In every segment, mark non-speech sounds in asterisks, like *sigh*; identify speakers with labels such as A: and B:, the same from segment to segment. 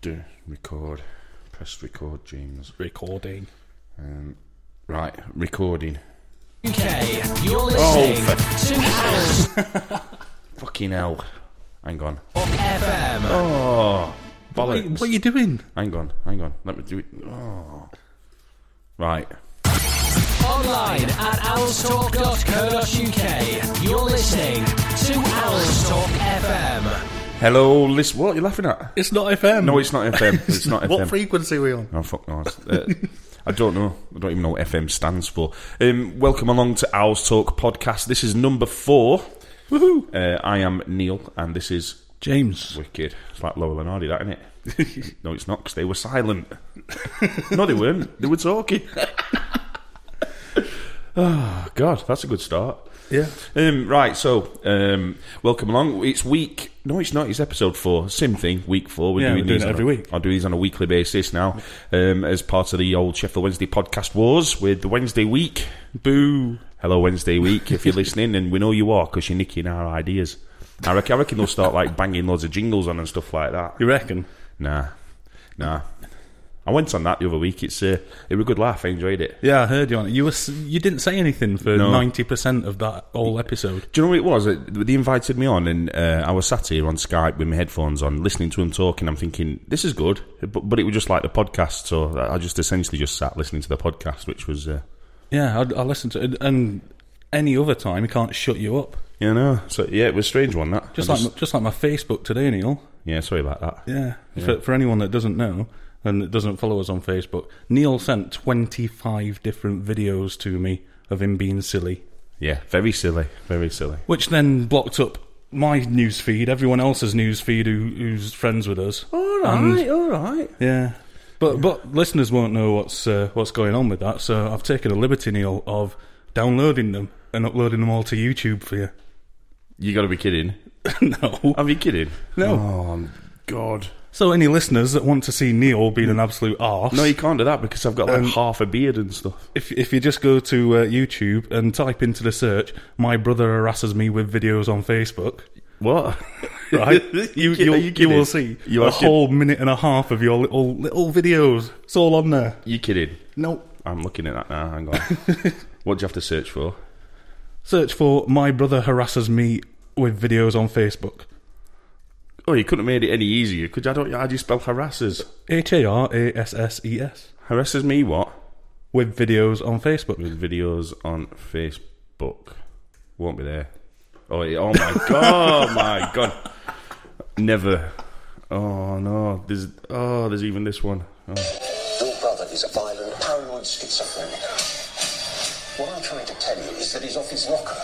A: Do record. Press record, James.
B: Recording.
A: Um, right, recording.
C: Okay, you're
A: Oh,
C: listening to House
A: Fucking hell. Hang on.
C: FM.
A: Oh,
B: What,
A: bollocks.
B: what are you doing?
A: Hang on, hang on. Let me do it. Oh. Right.
C: Online at owlstalk.co.uk. You're listening to Owlstalk FM.
A: Hello, listen. What are you laughing at?
B: It's not FM.
A: No, it's not FM. It's not FM.
B: *laughs* What frequency are we *laughs* on?
A: Oh fuck no! It's- Uh, I don't know. I don't even know what FM stands for. Um, welcome along to Owls Talk podcast. This is number four. Woohoo! Uh, I am Neil, and this is
B: James.
A: wicked. It's like Lowell and Hardy, that isn't it? *laughs* no, it's not because they were silent. *laughs* no, they weren't. They were
B: *laughs*
A: talking. oh God, that's a good start.
B: Yeah.
A: Um, right, so um, welcome along. It's week. No, it's not. It's episode four. Same thing. Week four.
B: Yeah, we're doing
A: these
B: it
A: on
B: every
A: a-
B: week.
A: I'll do these on a weekly basis now, um, as part of the old Sheffield Wednesday podcast wars with the Wednesday week.
B: Boo.
A: Hello, Wednesday week. If you're *laughs* listening, and we know you are because you're nicking our ideas. I reckon, I reckon they'll start like banging loads of jingles on and stuff like that.
B: You reckon?
A: Nah, nah. I went on that the other week. It's uh, it was a good laugh. I enjoyed it.
B: Yeah, I heard you on it. You were s- you didn't say anything for
A: No.
B: ninety percent of that whole episode.
A: Do you know what it was? It- They invited me on, and uh, I was sat here on Skype with my headphones on, listening to them talking. I'm thinking, this is good, but, but it was just like the podcast, so I just essentially just sat listening to the podcast, which was, uh,
B: Yeah, I, I listened to it, and any other time he can't shut you up.
A: you know, so yeah, it was a strange one that.
B: Just
A: I
B: like my, just like my Facebook today, Neil.
A: yeah, sorry about that.
B: Yeah. For, for anyone that doesn't know and that doesn't follow us on Facebook, Neil sent 25 different videos to me of him being silly,
A: Yeah, very silly, very silly.
B: which then blocked up my news feed, everyone else's news feed who, who's friends with us.
A: All right, all right.
B: Yeah. But but listeners won't know what's uh, what's going on with that, so I've taken a liberty, Neil, of downloading them and uploading them all to YouTube for you. *laughs*
A: You got to be kidding.
B: no.
A: Are you kidding?
B: No.
A: Oh God.
B: So any listeners that want to see Neil being an absolute arse...
A: No, you can't do that because I've got like
B: Um,
A: half a beard and stuff.
B: If, if you just go to uh, YouTube and type into the search, my brother harasses me with videos on Facebook,
A: What?
B: *laughs*
A: *laughs*
B: right? you,
A: kid-
B: you,
A: are
B: you,
A: kidding?
B: will see
A: You
B: a
A: are kid-
B: whole minute and a half of your little little videos. It's all on there.
A: You kidding?
B: No.
A: I'm looking at that now.
B: *laughs*
A: Hang on. what do you have to search for?
B: Search for my brother harasses me with videos on Facebook.
A: Oh, you couldn't have made it any easier. Could you? I don't. How do you spell harasses?
B: H A R A S S E S.
A: Harasses me what?
B: With videos on Facebook.
A: With videos on Facebook. Won't be there. Oh, yeah, oh
B: *laughs*
A: my god! Oh my god! Never. Oh no! There's oh, there's even this one. Oh.
D: Your brother is a violent, paranoid schizophrenic. What I'm trying to tell you is that he's off his rocker.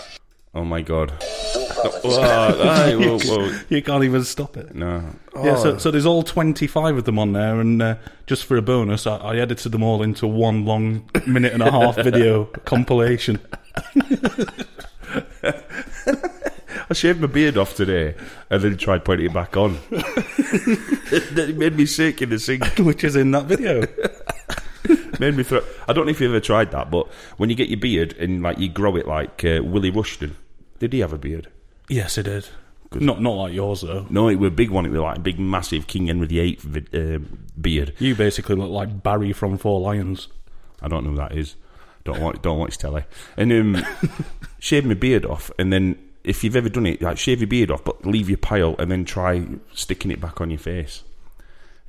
A: Oh my
B: *laughs*
A: god!
D: Your brother
A: Oh,
D: is.
A: aye, whoa, whoa.
B: You can't even stop it.
A: No. Oh,
B: Yeah, so, so there's all 25 of them on there, and uh, just for a bonus, I, I edited them all into one long minute and
A: *laughs*
B: a half video compilation.
A: I shaved my beard off today and then tried putting it back *laughs* on. it made me sick in the sink.
B: Which is in that video.
A: Made me throw. I don't know if you ever tried that, but when you get your beard and like you grow it like uh, Willie Rushton, did he have a beard?
B: yes, it did. Not not like yours though.
A: No, it was a big one. It was like a big, massive King Henry VIII vi- uh, beard.
B: You basically look like Barry from Four Lions.
A: I don't know who that is. Don't watch. Don't watch telly. And um, shave my beard off, and then if you've ever done it, like shave your beard off, but leave your pile, and then try sticking it back on your face.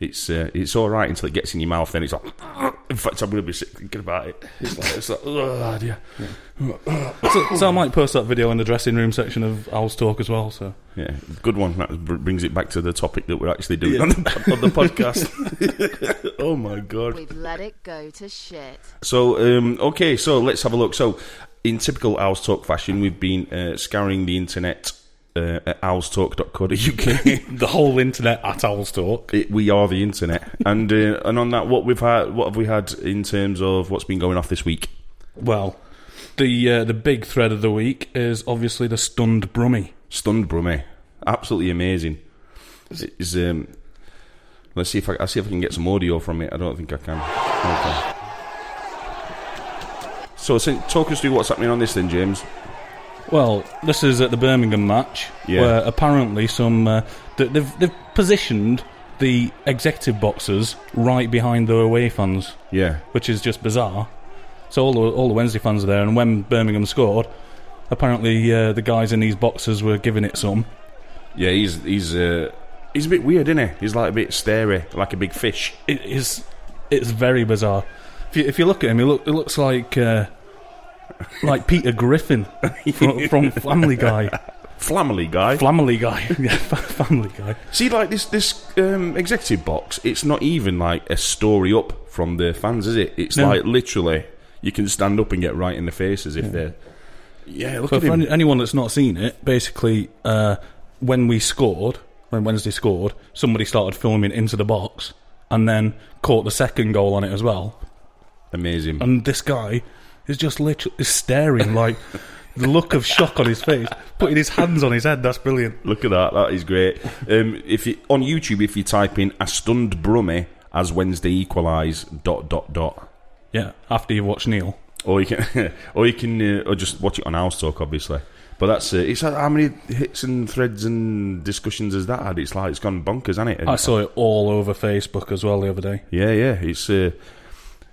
A: It's uh, it's all right until it gets in your mouth. Then it's like. *laughs* In fact, I'm going to be sick thinking about it. It's like it's like.
B: *laughs*
A: Oh, dear.
B: So, so I might post that video in the dressing room section of Owl's Talk as well. So
A: Yeah, good one. That br- brings it back to the topic that we're actually doing on, the, on the podcast. oh my god!
E: We've let it go to shit.
A: So um, okay, so let's have a look. So in typical Owls Talk fashion, we've been uh, scouring the internet uh, at owlstalk.co.uk.
B: *laughs* The whole internet at Owlstalk.
A: It- we are the internet, *laughs* and uh, and on that, what we've had, what have we had in terms of what's been going off this week?
B: Well, the uh, the big thread of the week is obviously the stunned Brummy.
A: Stunned Brummy, absolutely amazing. It's, um, let's see if I, I see if I can get some audio from it. I don't think I can. Okay. So, so talk us through what's happening on this then, James.
B: Well, this is at the Birmingham match,
A: Yeah.
B: where apparently some uh, th- they've they've positioned the executive boxes right behind the away fans,
A: Yeah,
B: which is just bizarre. So all the all the Wednesday fans are there, and when Birmingham scored, apparently uh, the guys in these boxes were giving it some.
A: yeah, he's he's uh, he's a bit weird, isn't he? He's like a bit starey, like a big fish.
B: It is it's very bizarre. If you, if you look at him, he look it looks like. Uh, like Peter Griffin *laughs* from, from
A: *laughs*
B: Family Guy.
A: Flammily guy.
B: Family Guy. *laughs* Yeah, fa- Family Guy.
A: See, like this this um, executive box, it's not even like a story up from the fans, is it? It's
B: No.
A: like literally you can stand up and get right in the face as if they're. Yeah, look
B: So
A: at
B: for
A: him.
B: any, anyone that's not seen it, basically, uh, when we scored, when Wednesday scored, somebody started filming into the box and then caught the second goal on it as well.
A: Amazing.
B: And this guy is just literally is *laughs* staring, like the look of shock on his face, putting his hands on his head. That's brilliant.
A: look at that. That is great. Um, if you, on YouTube, if you type in "a stunned Brummy" as Wednesday equalise dot dot dot,
B: Yeah, after you've watched Neil.
A: or you can, *laughs* or you can, uh, or just watch it on House Talk, obviously. But that's uh, it's uh, how many hits and threads and discussions has that had? It's like it's gone bonkers, hasn't it? And-
B: I saw it all over Facebook as well the other day.
A: Yeah, yeah. It's uh,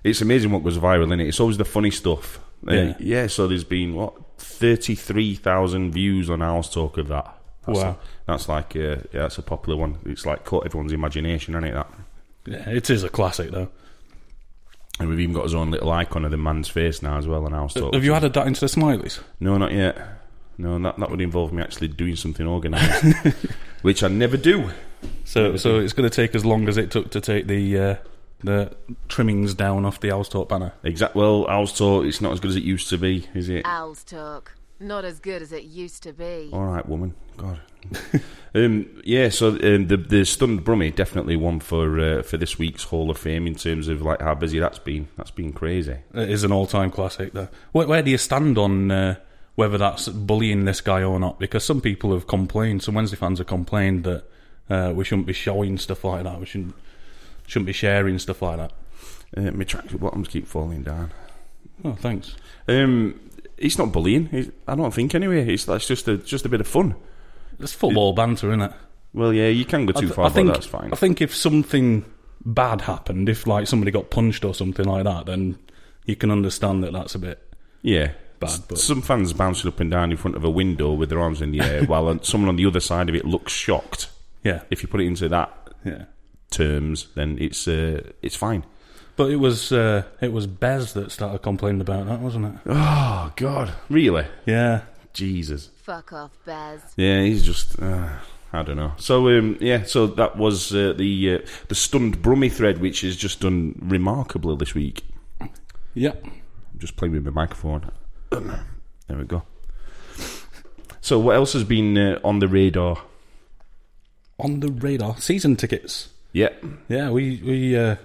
A: it's amazing what goes viral in it. It's always the funny stuff. Uh,
B: Yeah.
A: yeah. So there's been what thirty three thousand views on Owl's talk of that. That's
B: Wow.
A: that's like uh, yeah, that's a popular one. It's like caught everyone's imagination, isn't it? That.
B: Yeah, it is a classic, though.
A: And we've even got his own little icon of the man's face now as well on Owl's talk.
B: Have you added that into the smileys?
A: No, not yet. No, that that would involve me actually doing something organised, *laughs* which I never do.
B: So, so it's going to take as long as it took to take the uh, the trimmings down off the Owlstalk banner.
A: Exact. Well, Owl's talk. It's not as good as it used to be, is it?
E: Owls talk. Not as good as it used to be.
A: All right, woman. God. *laughs* um, yeah. So um, the the stunned Brummy definitely one for uh, for this week's Hall of Fame in terms of like how busy that's been. That's been crazy.
B: It is an all time classic, though. Where, where do you stand on uh, whether that's bullying this guy or not? Because some people have complained, some Wednesday fans have complained that uh, we shouldn't be showing stuff like that. We shouldn't shouldn't be sharing stuff like that.
A: Uh, my tracksuit bottoms keep falling down.
B: Oh, thanks.
A: Um, it's not bullying. It's, I don't think anyway. It's that's just a just a bit of fun.
B: It's football banter, isn't it?
A: Well, yeah, you can go too far,
B: I think
A: but that's fine.
B: I think if something bad happened, if like somebody got punched or something like that, then you can understand that that's a bit.
A: yeah.
B: Bad, but-
A: S- Some fans bouncing up and down in front of a window with their arms in the *laughs* air, while someone on the other side of it looks shocked.
B: Yeah,
A: If you put it into that
B: yeah.
A: terms, then it's uh, it's fine.
B: But it was uh, it was Bez that started complaining about that, wasn't it?
A: Oh God, really?
B: Yeah.
A: Jesus.
E: Fuck off, Bez.
A: Yeah, he's just. Uh, I don't know. So um, yeah, so that was uh, the uh, the stunned Brummy thread, which is just done remarkably this week.
B: Yeah.
A: I'm just playing with my microphone. there we go. So what else has been uh, on the radar?
B: On the radar, season tickets.
A: Yeah,
B: Yeah, we we uh,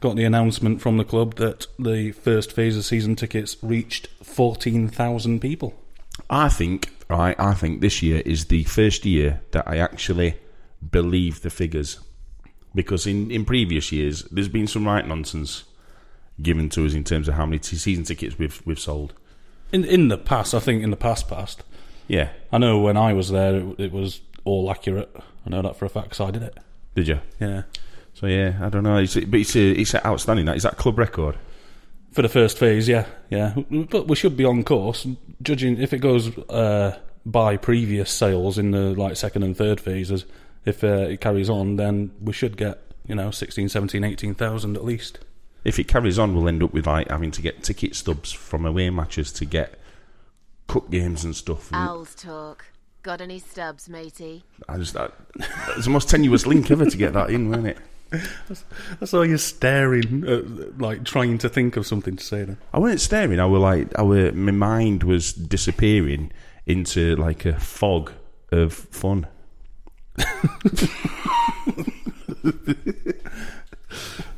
B: got the announcement from the club that the first phase of season tickets reached fourteen thousand people.
A: I think right. I think this year is the first year that I actually believe the figures, because in in previous years there's been some right nonsense given to us in terms of how many t- season tickets we've we've sold.
B: In in the past, I think in the past past,
A: Yeah.
B: I know when I was there, it, it was all accurate. I know that for a fact 'cause I did it.
A: Did you?
B: Yeah.
A: So yeah, I don't know. It's, but it's a, it's a outstanding. That is that club record.
B: For the first phase, yeah, yeah. But we should be on course, judging if it goes uh, by previous sales in the like second and third phases. If uh, it carries on, then we should get you know 16, 17, 18,000 at least.
A: If it carries on, we'll end up with like having to get ticket stubs from away matches to get cup games and stuff. And
E: Owls talk. Got any stubs, matey?
A: I just that, it's the most tenuous link ever to get that in, wasn't it?
B: That's why you're staring, at, like trying to think of something to say. Then
A: I weren't staring. I were like, I were, my mind was disappearing into like a fog of fun.
B: *laughs*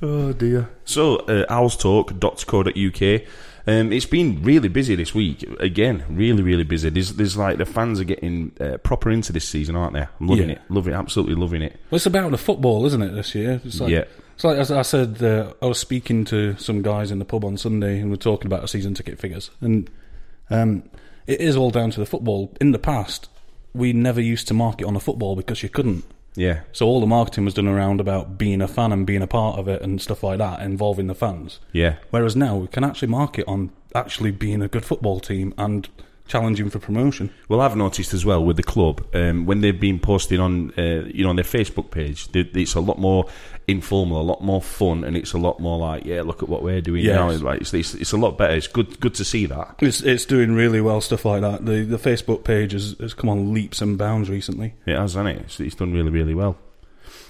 B: Oh dear.
A: So, uh, owlstalk.co.uk. Um, it's been really busy this week. Again, really, really busy. There's, there's like the fans are getting uh, proper into this season, aren't they? I'm loving
B: Yeah.
A: it. Loving, absolutely loving it.
B: Well, it's about the football, isn't it? This year, it's like,
A: Yeah.
B: It's like as I said, uh, I was speaking to some guys in the pub on Sunday, and we are talking about our season ticket figures, and um, it is all down to the football. In the past, we never used to market on the football because you couldn't.
A: Yeah,
B: So all the marketing was done around about being a fan and being a part of it and stuff like that, involving the fans.
A: yeah,
B: Whereas now we can actually market on actually being a good football team and challenging for promotion.
A: Well, I've noticed as well with the club um, when they've been posting on, uh, you know, on their Facebook page, they, it's a lot more informal, a lot more fun, and it's a lot more like, yeah, look at what we're doing
B: Yes.
A: now. It's Like, it's, it's, it's a lot better. It's good, good to see that.
B: It's it's doing really well, stuff like that. The the Facebook page has, has come on leaps and bounds recently.
A: It has, hasn't it? It's, it's done really, really well.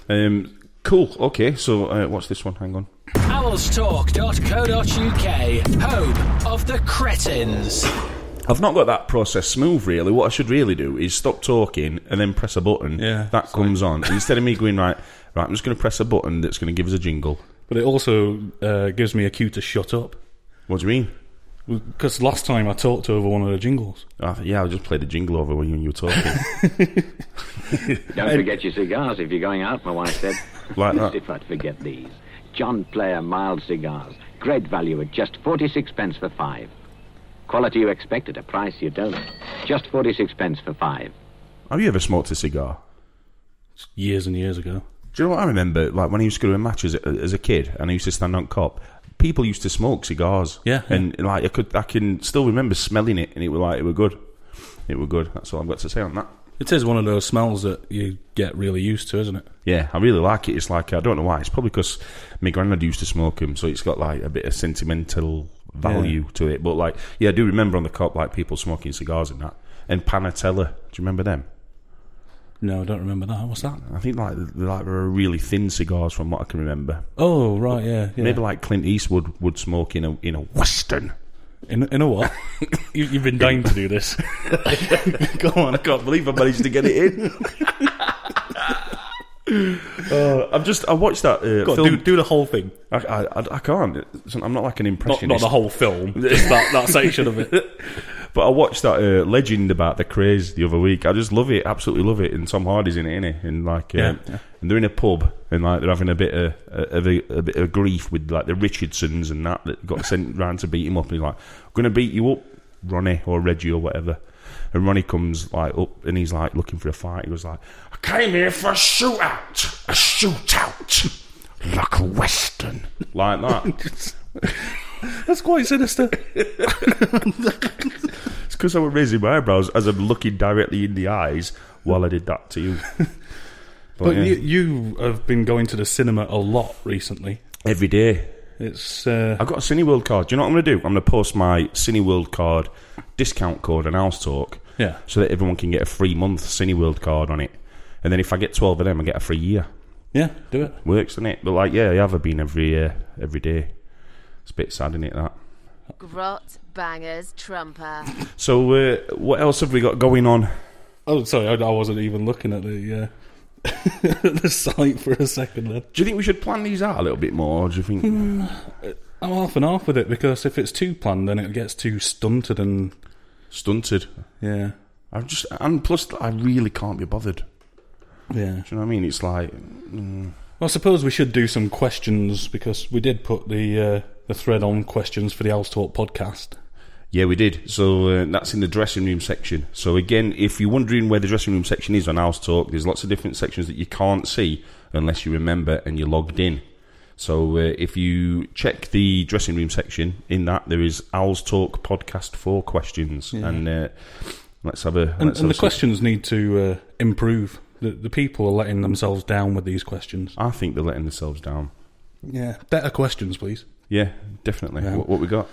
A: Um, cool. Okay, so uh, what's this one? Hang on.
C: Owlstalk.co.uk, home of the cretins.
A: I've not got that process smooth, really. What I should really do is stop talking and then press a button.
B: Yeah,
A: that comes on instead of me going right. Right, I'm just going to press a button that's going to give us a jingle.
B: But it also uh, gives me a cue to shut up
A: What do you mean?
B: because last time I talked over one of the jingles.
A: I th- yeah, I just played the jingle over when you, you were talking.
F: Don't forget your cigars if you're going out, my wife said.
A: *laughs* Like that.
F: if I'd forget these. John Player mild cigars. Great value at just 46 pence for five. Quality you expect at a price you don't. Just 46 pence for five.
A: Have you ever smoked a cigar?
B: Years and years ago.
A: Do you know what I remember? Like when I used to go to a match as a, as a kid, and I used to stand on cop. People used to smoke cigars.
B: Yeah, yeah.
A: and like I could, I can still remember smelling it, and it were like it were good. It were good. That's all I've got to say on that.
B: It is one of those smells that you get really used to, isn't it?
A: Yeah, I really like it. It's like I don't know why. It's probably because my granddad used to smoke them, so it's got like a bit of sentimental value to it. But like, yeah, I do remember on the cop like people smoking cigars and that. And Panatella, do you remember them?
B: No, I don't remember that. What's that?
A: I think like they like were really thin cigars from what I can remember.
B: Oh right, yeah, yeah.
A: Maybe like Clint Eastwood would smoke in a in a western.
B: in in a what? *laughs* you, you've been dying to do *laughs* this.
A: Go on, I can't believe I managed to get it in. *laughs* Uh, I've just I watched that uh,
B: Go on,
A: film.
B: do do the whole thing.
A: I, I, I- I can't. It's- I'm not like an
B: Not,
A: impressionist.
B: not the whole film. Just that, that section *laughs* of it.
A: But I watched that uh, legend about the craze the other week. I just love it, absolutely love it. And Tom Hardy's in it, innit? And like, uh,
B: Yeah, yeah.
A: and they're in a pub, and like they're having a bit of, of a, a bit of grief with like the Richardsons and that that got sent *laughs* round to beat him up. And he's like, "I'm gonna beat you up, Ronnie or Reggie or whatever." And Ronnie comes like up, and he's like looking for a fight. He was like, "I came here for a shootout, a shootout, like a western, like that."
B: *laughs*
A: *laughs*
B: That's quite sinister.
A: It's because I was raising my eyebrows as I'm looking directly in the eyes while I did that to you. But,
B: *laughs* But
A: yeah,
B: you, you have been going to the cinema a lot recently.
A: every day.
B: It's uh,
A: I've got a Cineworld card. Do you know what I'm going to do? I'm going to post my Cineworld card discount code on House Talk
B: Yeah.
A: so that everyone can get a free month Cineworld card on it. And then if I get 12 of them, I get a free year.
B: yeah, do it.
A: Works, doesn't it? But like, yeah, I have been every uh, every day. It's a bit sad, isn't it, that?
E: Grot bangers trumper.
A: So uh, what else have we got going on?
B: Oh, sorry, I, I wasn't even looking at the uh, *laughs* the site for a second. Then
A: Do you think we should plan these out a little bit more? Or do you
B: Hmm.
A: think...
B: I'm half and half with it because if it's too planned, then it gets too stunted and
A: Stunted.
B: yeah,
A: I just... And plus, I really can't be bothered.
B: yeah.
A: Do you know what I mean? It's like,
B: Well, I suppose we should do some questions because we did put the uh, the thread on questions for the Owls Talk podcast.
A: yeah, we did. So uh, that's in the dressing room section. So again, if you're wondering where the dressing room section is on House Talk, there's lots of different sections that you can't see unless you remember and you're logged in. So uh, if you check the dressing room section, in that there is Owls Talk podcast four questions, and uh, let's have a
B: And,
A: let's
B: and the
A: have some-
B: questions need to uh, improve. The, the people are letting themselves down with these questions.
A: I think they're letting themselves down.
B: Yeah, better questions, please.
A: Yeah, definitely. What, what we got?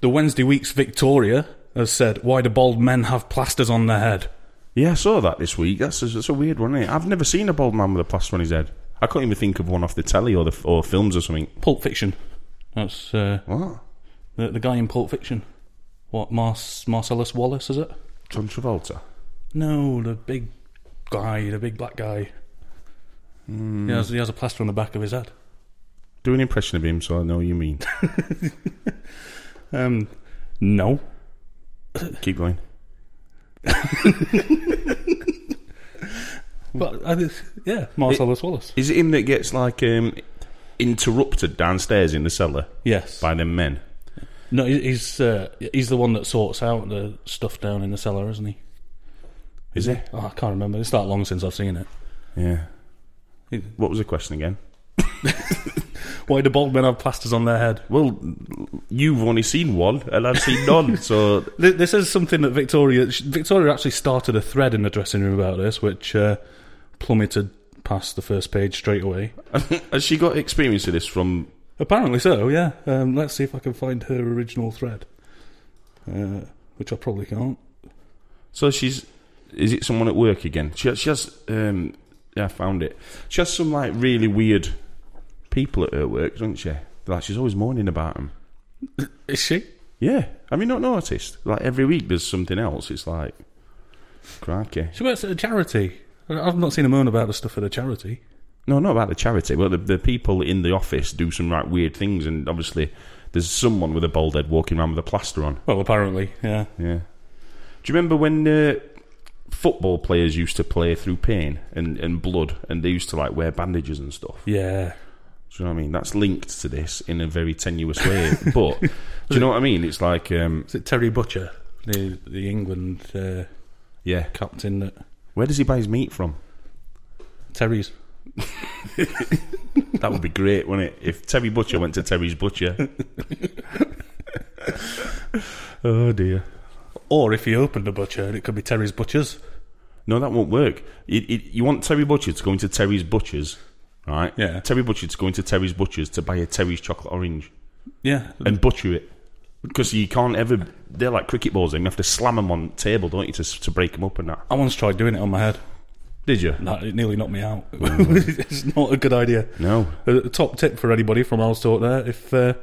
B: The Wednesday week's Victoria has said, "Why do bald men have plasters on their head?"
A: Yeah, I saw that this week. That's a, that's a weird one, is I've never seen a bald man with a plaster on his head. I can't even think of one off the telly or the or films or something.
B: Pulp Fiction. That's uh,
A: What?
B: the, the guy in Pulp Fiction. What Mars Marcellus Wallace is it?
A: John Travolta.
B: No, the big guy, the big black guy. He, has, he has a plaster on the back of his head.
A: Do an impression of him so I know you *laughs* mean.
B: Um, no.
A: Keep going.
B: But, I, think- yeah, Marcellus Wallace.
A: Is it him that gets like um, interrupted downstairs in the cellar
B: Yes.
A: by them men?
B: No, he- he's uh, he's the one that sorts out the stuff down in the cellar, isn't he?
A: Is he?
B: Oh, I can't remember. It's that long since I've seen it.
A: Yeah.
B: He-
A: What was the question again?
B: Why do bald men have plasters on their head?
A: Well, you've only seen one, and I've seen none. so *laughs*
B: Th- This is something that Victoria sh- Victoria actually started a thread in the dressing room about this, which uh, plummeted past the first page straight away.
A: has she got experience of this from?
B: Apparently so. Yeah. Um, let's see if I can find her original thread, uh, which I probably can't.
A: So she's. Is it someone at work again? She, she has. Um, yeah, I found it. She has some like really weird people at her work, doesn't she? Like she's always moaning about them.
B: Is she?
A: Yeah, have you not noticed? Like every week there's something else. It's like, crikey.
B: She works at a charity. I- I've not seen her moan about the stuff at a charity.
A: No, not about the charity, but the, the people in the office do some right weird things, and obviously there's someone with a bald head walking around with a plaster on.
B: Well, apparently, yeah.
A: Yeah. Do you remember when uh, football players used to play through pain and, and blood, and they used to like wear bandages and stuff?
B: Yeah.
A: Do you know what I mean? That's linked to this in a very tenuous way, but do you know what I mean? It's like, um,
B: Is it Terry Butcher, the the England uh,
A: yeah,
B: captain that
A: where does he buy his meat from?
B: Terry's?
A: That would be great, wouldn't it? If Terry Butcher went to Terry's Butcher. oh dear.
B: Or if he opened a butcher, it could be Terry's Butchers.
A: No, that won't work. You, you, you want Terry Butcher to go into Terry's Butchers, right?
B: Yeah.
A: Terry Butcher to go into Terry's Butchers to buy a Terry's chocolate orange
B: Yeah.
A: and butcher it. Because you can't ever. They're like cricket balls, and you have to slam them on the table, don't you, to, to break them up and that.
B: I once tried doing it on my head.
A: Did you?
B: That, it nearly knocked me out. *laughs* it's not a good idea.
A: No.
B: A a top tip for anybody from Al's Talk there if uh,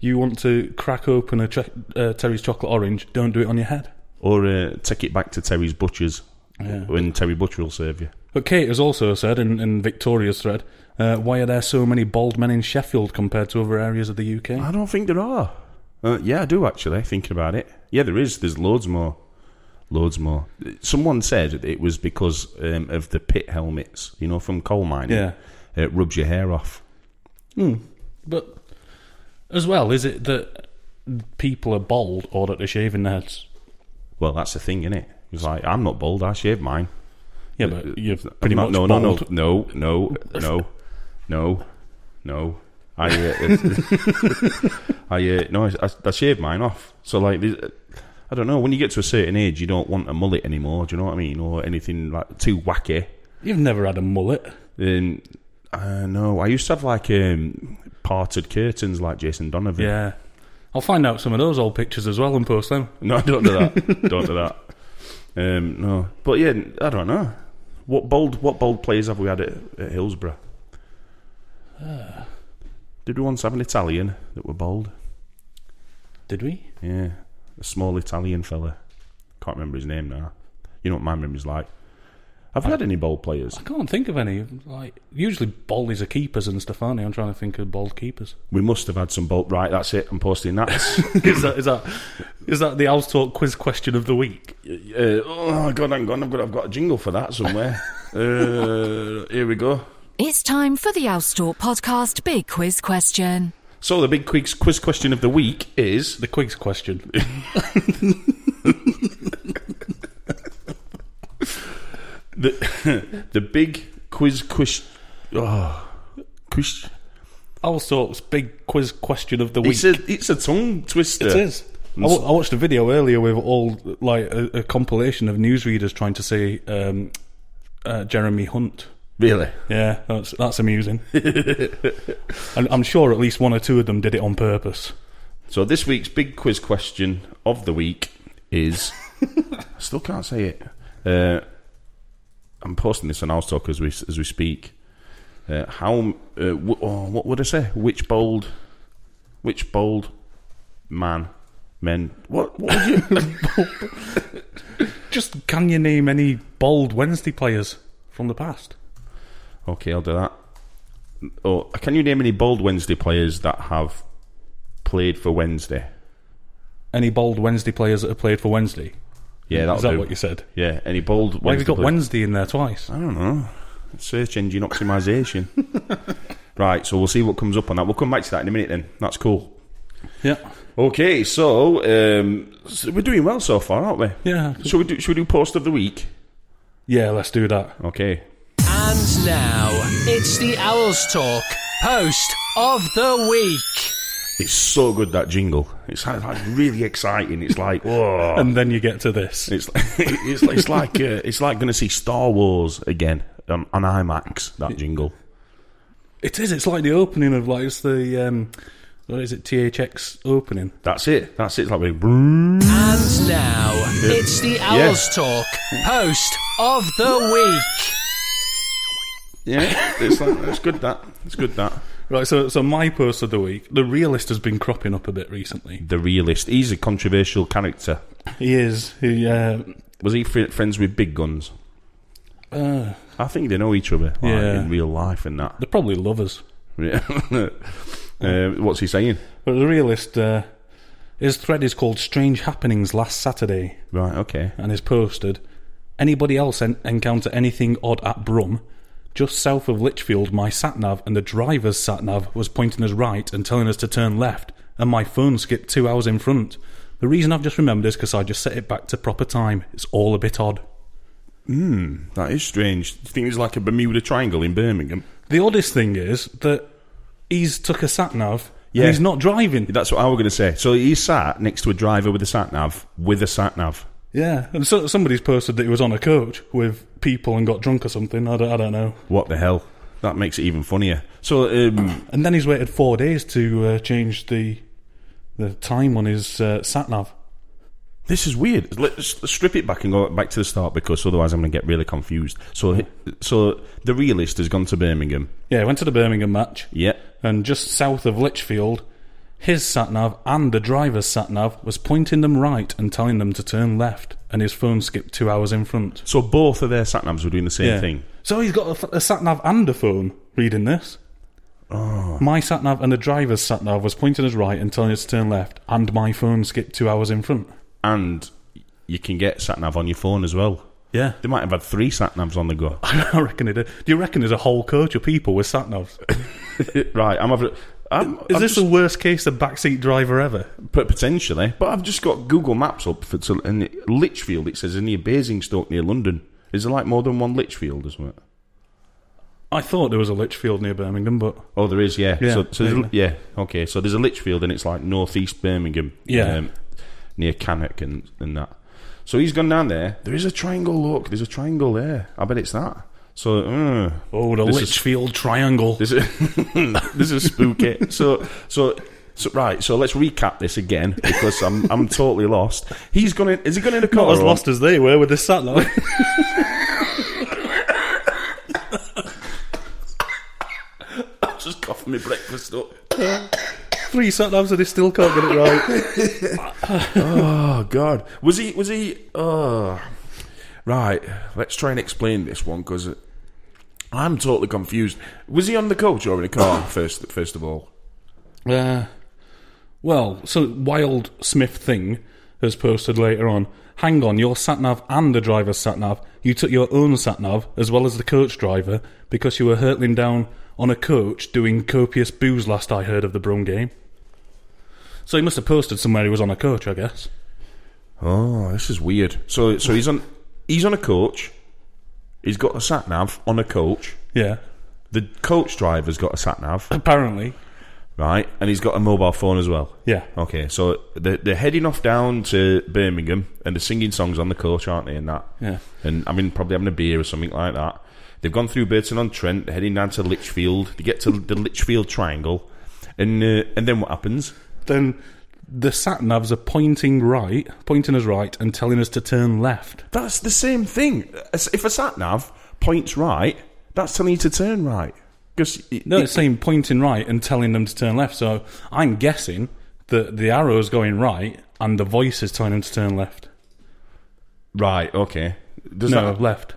B: you want to crack open a ch- uh, Terry's chocolate orange, don't do it on your head.
A: Or uh, take it back to Terry's Butchers,
B: Yeah.
A: when Terry Butcher will serve you.
B: But Kate has also said in, in Victoria's thread, uh, why are there so many bald men in Sheffield compared to other areas of the UK?
A: I don't think there are. Uh, yeah, I do actually. Thinking about it, yeah, there is. There's loads more. Loads more. Someone said it was because um, of the pit helmets, you know, from coal mining.
B: Yeah.
A: it rubs your hair off.
B: But as well, is it that people are bald or that they're shaving their heads?
A: Well, that's the thing, isn't it? It's like I'm not bald. I shave mine.
B: Yeah, but you're
A: I'm
B: pretty
A: not-
B: much
A: Uh, no,
B: bald.
A: no, no, no, no, no, no, no. I, uh, *laughs* I, uh, no, I, I shave mine off. So like, there's- I don't know. When you get to a certain age, you don't want a mullet anymore. Do you know what I mean? Or anything like too wacky.
B: You've never had a mullet.
A: Um, I know. I used to have like um, parted curtains, like Jason Donovan.
B: Yeah. I'll find out some of those old pictures as well and post them.
A: No, *laughs* don't do that. don't do that. Um, no, but yeah, I don't know. What bold what bold players have we had at, at Hillsborough? Did we once have an Italian that were bold?
B: Did we?
A: Yeah, a small Italian fella. Can't remember his name now. You know what my memory's like. Have we had any bold players?
B: I can't think of any. Like usually, baldies are keepers and stuff, aren't they? I'm trying to think of bald keepers. *laughs*
A: We must have had some bold. Right, that's it. I'm posting that.
B: is that is that is that the Al's Talk quiz question of the week?
A: Uh, oh god, hang on, I've got I've got a jingle for that somewhere. uh, here we go.
G: It's time for the Outstore Podcast Big Quiz Question.
A: So the big quiz quiz question of the week is
B: The quiz question.
A: the *laughs* the big quiz quiz. Oh, quiz.
B: Al's Talk's big quiz question of the week.
A: It's a it's a tongue twister.
B: It is. I, w- I watched a video earlier with all like a, a compilation of newsreaders trying to say um, uh, Jeremy Hunt.
A: Really?
B: Yeah, that's that's amusing. *laughs* and I'm sure at least one or two of them did it on purpose.
A: So this week's big quiz question of the week
B: *laughs*
A: is. I still can't say it. Uh, I'm posting this on our talk as we as we speak. Uh, how? Uh, w- oh, what would I say? Which bold? Which bold man? Men? What? What
B: *laughs*
A: would you?
B: Just can you name any bold Wednesday players? from the past.
A: Okay, I'll do that. Oh, can you name any Bold Wednesday players that have played for Wednesday?
B: Any bold Wednesday players that have played for Wednesday?
A: Yeah, that'll
B: Is that
A: do.
B: what you said?
A: Yeah, any Bold
B: Why have
A: Wednesday
B: you got
A: players?
B: Wednesday Oh. in there twice?
A: I don't know. Search engine optimization. right, so we'll see what comes up on that. We'll come back to that in a minute then. That's cool.
B: Yeah.
A: Okay, so, um, so we're doing well so far, aren't we?
B: Yeah.
A: Should we do, should we do post of the week?
B: Yeah, let's do that.
A: Okay.
C: And now, it's the Owls Talk Post of the Week.
A: It's so good that jingle. It's like, like really exciting. It's like
B: *laughs*
A: whoa.
B: And then you get to this.
A: it's like, it's like it's like, uh, it's like going to see Star Wars again on, on IMAX. That jingle.
B: It is. It's like the opening of like it's the um, what is it? THX opening.
A: That's it. That's it. It's like we.
C: And now, it's the Owls Talk Post of the Week.
A: Yeah, *laughs* it's like it's good that it's good that
B: Right. So, so my post of the week. The realist has been cropping up a bit recently.
A: the realist. He's a controversial character.
B: He is. He. Uh,
A: Was he fri friends with Big Guns?
B: uh,
A: I think they know each other like,
B: Yeah.
A: in real life and that.
B: they're probably lovers.
A: Yeah. *laughs* uh, what's he saying?
B: But the realist. Uh, his thread is called "Strange Happenings Last Saturday"
A: Right. Okay.
B: and is posted. Anybody else en- encounter anything odd at Brum? Just south of Litchfield, my sat nav and the driver's sat nav was pointing us right and telling us to turn left, and my phone skipped two hours in front. The reason I've just remembered is because I just set it back to proper time. It's all a bit odd.
A: That is strange. Do you think it's like a Bermuda Triangle in Birmingham?
B: The oddest thing is that he's took a sat nav.
A: Yeah.
B: And he's not driving.
A: That's what I was going to say. So he sat next to a driver with a sat nav, with a sat nav.
B: Yeah, and so somebody's posted that he was on a coach with people and got drunk or something. I don't, I don't know.
A: What the hell? That makes it even funnier. So, um,
B: And then he's waited four days to uh, change the the time on his uh, sat nav.
A: this is weird. Let's strip it back and go back to the start because otherwise I'm going to get really confused. So, so the realist has gone to Birmingham.
B: Yeah, he went to the Birmingham match,
A: Yeah.
B: and just south of Lichfield, his sat nav and the driver's sat nav was pointing them right and telling them to turn left, and his phone skipped two hours in front.
A: So both of their sat navs were doing the same
B: Yeah.
A: thing.
B: So he's got a, f- a sat nav and a phone reading this. My sat nav and the driver's sat nav was pointing us right and telling us to turn left, and my phone skipped two hours in front.
A: And you can get sat nav on your phone as well.
B: Yeah,
A: They might have had three sat navs on the go.
B: *laughs* I reckon it. Do you reckon there's a whole coach of people with sat navs?
A: *laughs*
B: *coughs*
A: right, I'm having. I'm,
B: Is
A: I'm
B: this
A: just-
B: the worst case of backseat driver ever?
A: But potentially. But I've just got Google Maps up for to, and it- Lichfield. It says in near Basingstoke, near London. Is there like more than one Lichfield, isn't it?
B: I thought there was a Litchfield near Birmingham, but
A: Oh, there is. Yeah.
B: Yeah,
A: so, so there's, a-
B: maybe.
A: yeah. Okay. So there's a Lichfield, and it's like northeast Birmingham. um,
B: Yeah.
A: near Cannock and and that. So he's gone down there. There is a triangle. Look, there's a triangle there. I bet it's that. So. Uh,
B: oh, the
A: this is-
B: Litchfield Triangle.
A: This is *laughs* this is spooky. So so so right. So let's recap this again because I'm I'm totally lost. He's gonna is he going in a car?
B: Not as
A: or-
B: lost as they were with this sat nav.
A: Just coughing my breakfast up.
B: *laughs* Three sat navs and they still can't get it *laughs* right.
A: Oh God, was he was he? Oh, right. Let's try and explain this one because I'm totally confused. Was he on the coach or in a car? first first of all,
B: Uh, well, so Wild Smith thing has posted later on. Hang on, your sat nav and the driver's sat nav. You took your own sat nav as well as the coach driver because you were hurtling down on a coach doing copious booze. Last I heard of the Brum game, so he must have posted somewhere he was on a coach, I guess.
A: oh, this is weird. So so he's on he's on a coach. He's got a sat nav on a coach.
B: Yeah,
A: The coach driver's got a sat nav.
B: apparently.
A: Right, and he's got a mobile phone as well.
B: Yeah.
A: Okay, so they're, they're heading off down to Birmingham, and they're singing songs on the coach, aren't they? And that.
B: Yeah.
A: And I mean, probably having a beer or something like that. They've gone through Burton on Trent. They're heading down to Lichfield. They get to the Lichfield Triangle, and uh, and then what happens?
B: Then the sat navs are pointing right, pointing us right, and telling us to turn left.
A: That's the same thing. As- If a sat nav points right, that's telling you to turn right. Because
B: No, it's saying pointing right and telling them to turn left. So I'm guessing that the arrow's going right and the voice is telling them to turn left.
A: right. Okay. Does
B: no,
A: that
B: left.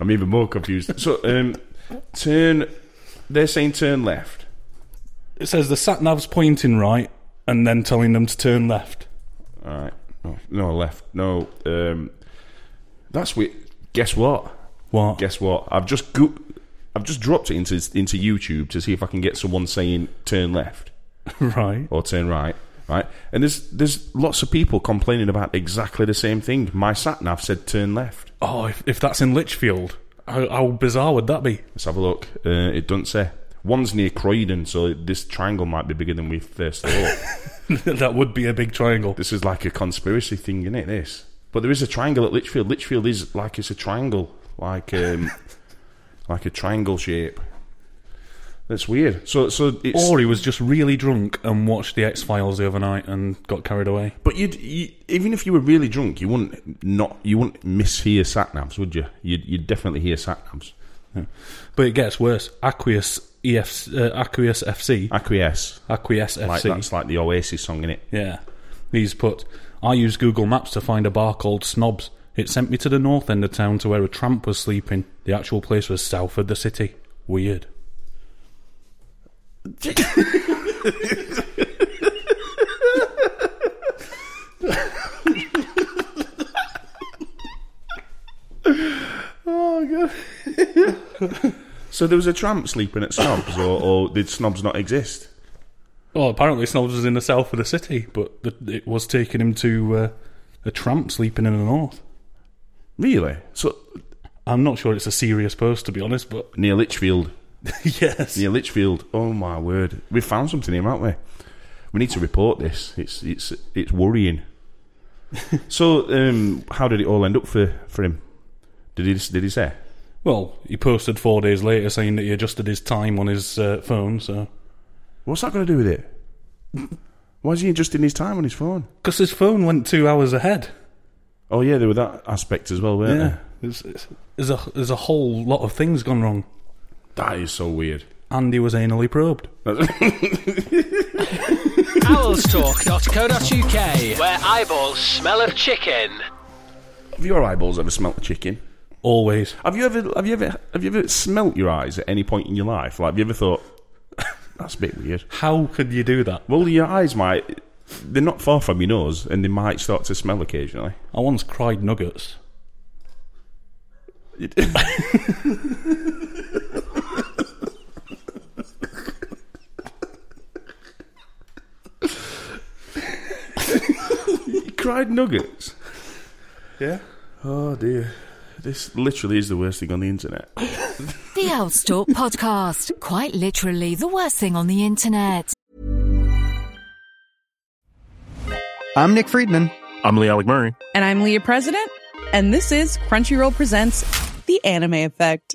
A: I'm even more confused. So, um, turn. They're saying turn left.
B: It says the sat nav's pointing right and then telling them to turn left.
A: All right. No, no left. No. Um, that's weird. Guess what?
B: What?
A: Guess what? I've just go- I've just dropped it into into YouTube to see if I can get someone saying turn left
B: *laughs* Right.
A: or turn right. Right. And there's there's lots of people complaining about exactly the same thing. My sat nav said turn left.
B: Oh, if, if that's in Lichfield, how, how bizarre would that be? *laughs*
A: Let's have a look. Uh, it doesn't say. One's near Croydon, so this triangle might be bigger than we first thought.
B: that would be a big triangle.
A: this is like a conspiracy thing, isn't it? This, but there is a triangle at Litchfield. Litchfield is like it's a triangle, like um, *laughs* like a triangle shape. That's weird. So, so it's.
B: Or he was just really drunk and watched the X Files the other night and got carried away.
A: but you'd you, even if you were really drunk, you wouldn't not you wouldn't mishear satnams, would you? You'd, you'd definitely hear satnams.
B: But it gets worse. Aqueous EF, uh, Aqueous FC,
A: Acquiesce,
B: Aqueous FC.
A: like that's like the Oasis song, innit?
B: Yeah. He's put, I used Google Maps to find a bar called Snobs. It sent me to the north end of town to where a tramp was sleeping. The actual place was south of the city. Weird.
A: Oh, *laughs* So there was a tramp sleeping at Snobs, or, or did Snobs not exist?
B: Well, apparently Snobs was in the south of the city, but the, it was taking him to uh, a tramp sleeping in the north.
A: Really? So
B: I'm not sure it's a serious post, to be honest, but *laughs*
A: near Litchfield.
B: yes.
A: Yeah, Litchfield. Oh my word, we found something here, haven't we? We need to report this. It's it's it's worrying. so, um, how did it all end up for, for him? Did he did he say?
B: Well, he posted four days later saying that he adjusted his time on his uh, phone, so.
A: What's that going to do with it? Why is he adjusting his time on his phone?
B: Because his phone went two hours ahead.
A: Oh yeah, there were that aspect as well, weren't
B: Yeah.
A: there?
B: There's, there's, a, there's a whole lot of things gone wrong.
A: That is so weird.
B: Andy was anally probed.
C: Owlstalk.co.uk, where eyeballs smell of chicken.
A: Have your eyeballs ever smelt a chicken?
B: Always.
A: Have you ever have you ever have you ever smelt your eyes at any point in your life? Like, have you ever thought *laughs* that's a bit weird?
B: How could you do that?
A: Well, your eyes might. They're not far from your nose, and they might start to smell occasionally. *laughs*
B: I once cried nuggets.
A: Cried nuggets.
B: Yeah.
A: Oh dear. This literally is the worst thing on the internet.
G: The Owlstalk podcast. Quite literally the worst thing on the internet.
H: I'm Nick Friedman.
I: I'm Lee Alec Murray.
J: And I'm Leah President, and this is Crunchyroll Presents The Anime Effect.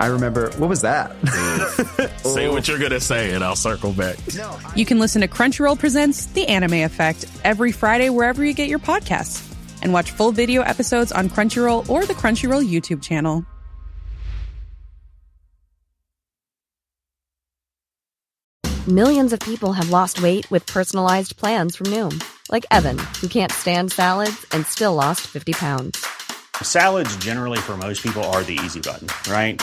H: I remember, what was that? *laughs*
I: Say what you're gonna say, and I'll circle back.
J: *laughs* you can listen to Crunchyroll Presents The Anime Effect every Friday wherever you get your podcasts. And watch full video episodes on Crunchyroll or the Crunchyroll YouTube channel.
E: Millions of people have lost weight with personalized plans from Noom, like Evan, who can't stand salads and still lost 50 pounds.
I: Salads, generally, for most people, are the easy button, right?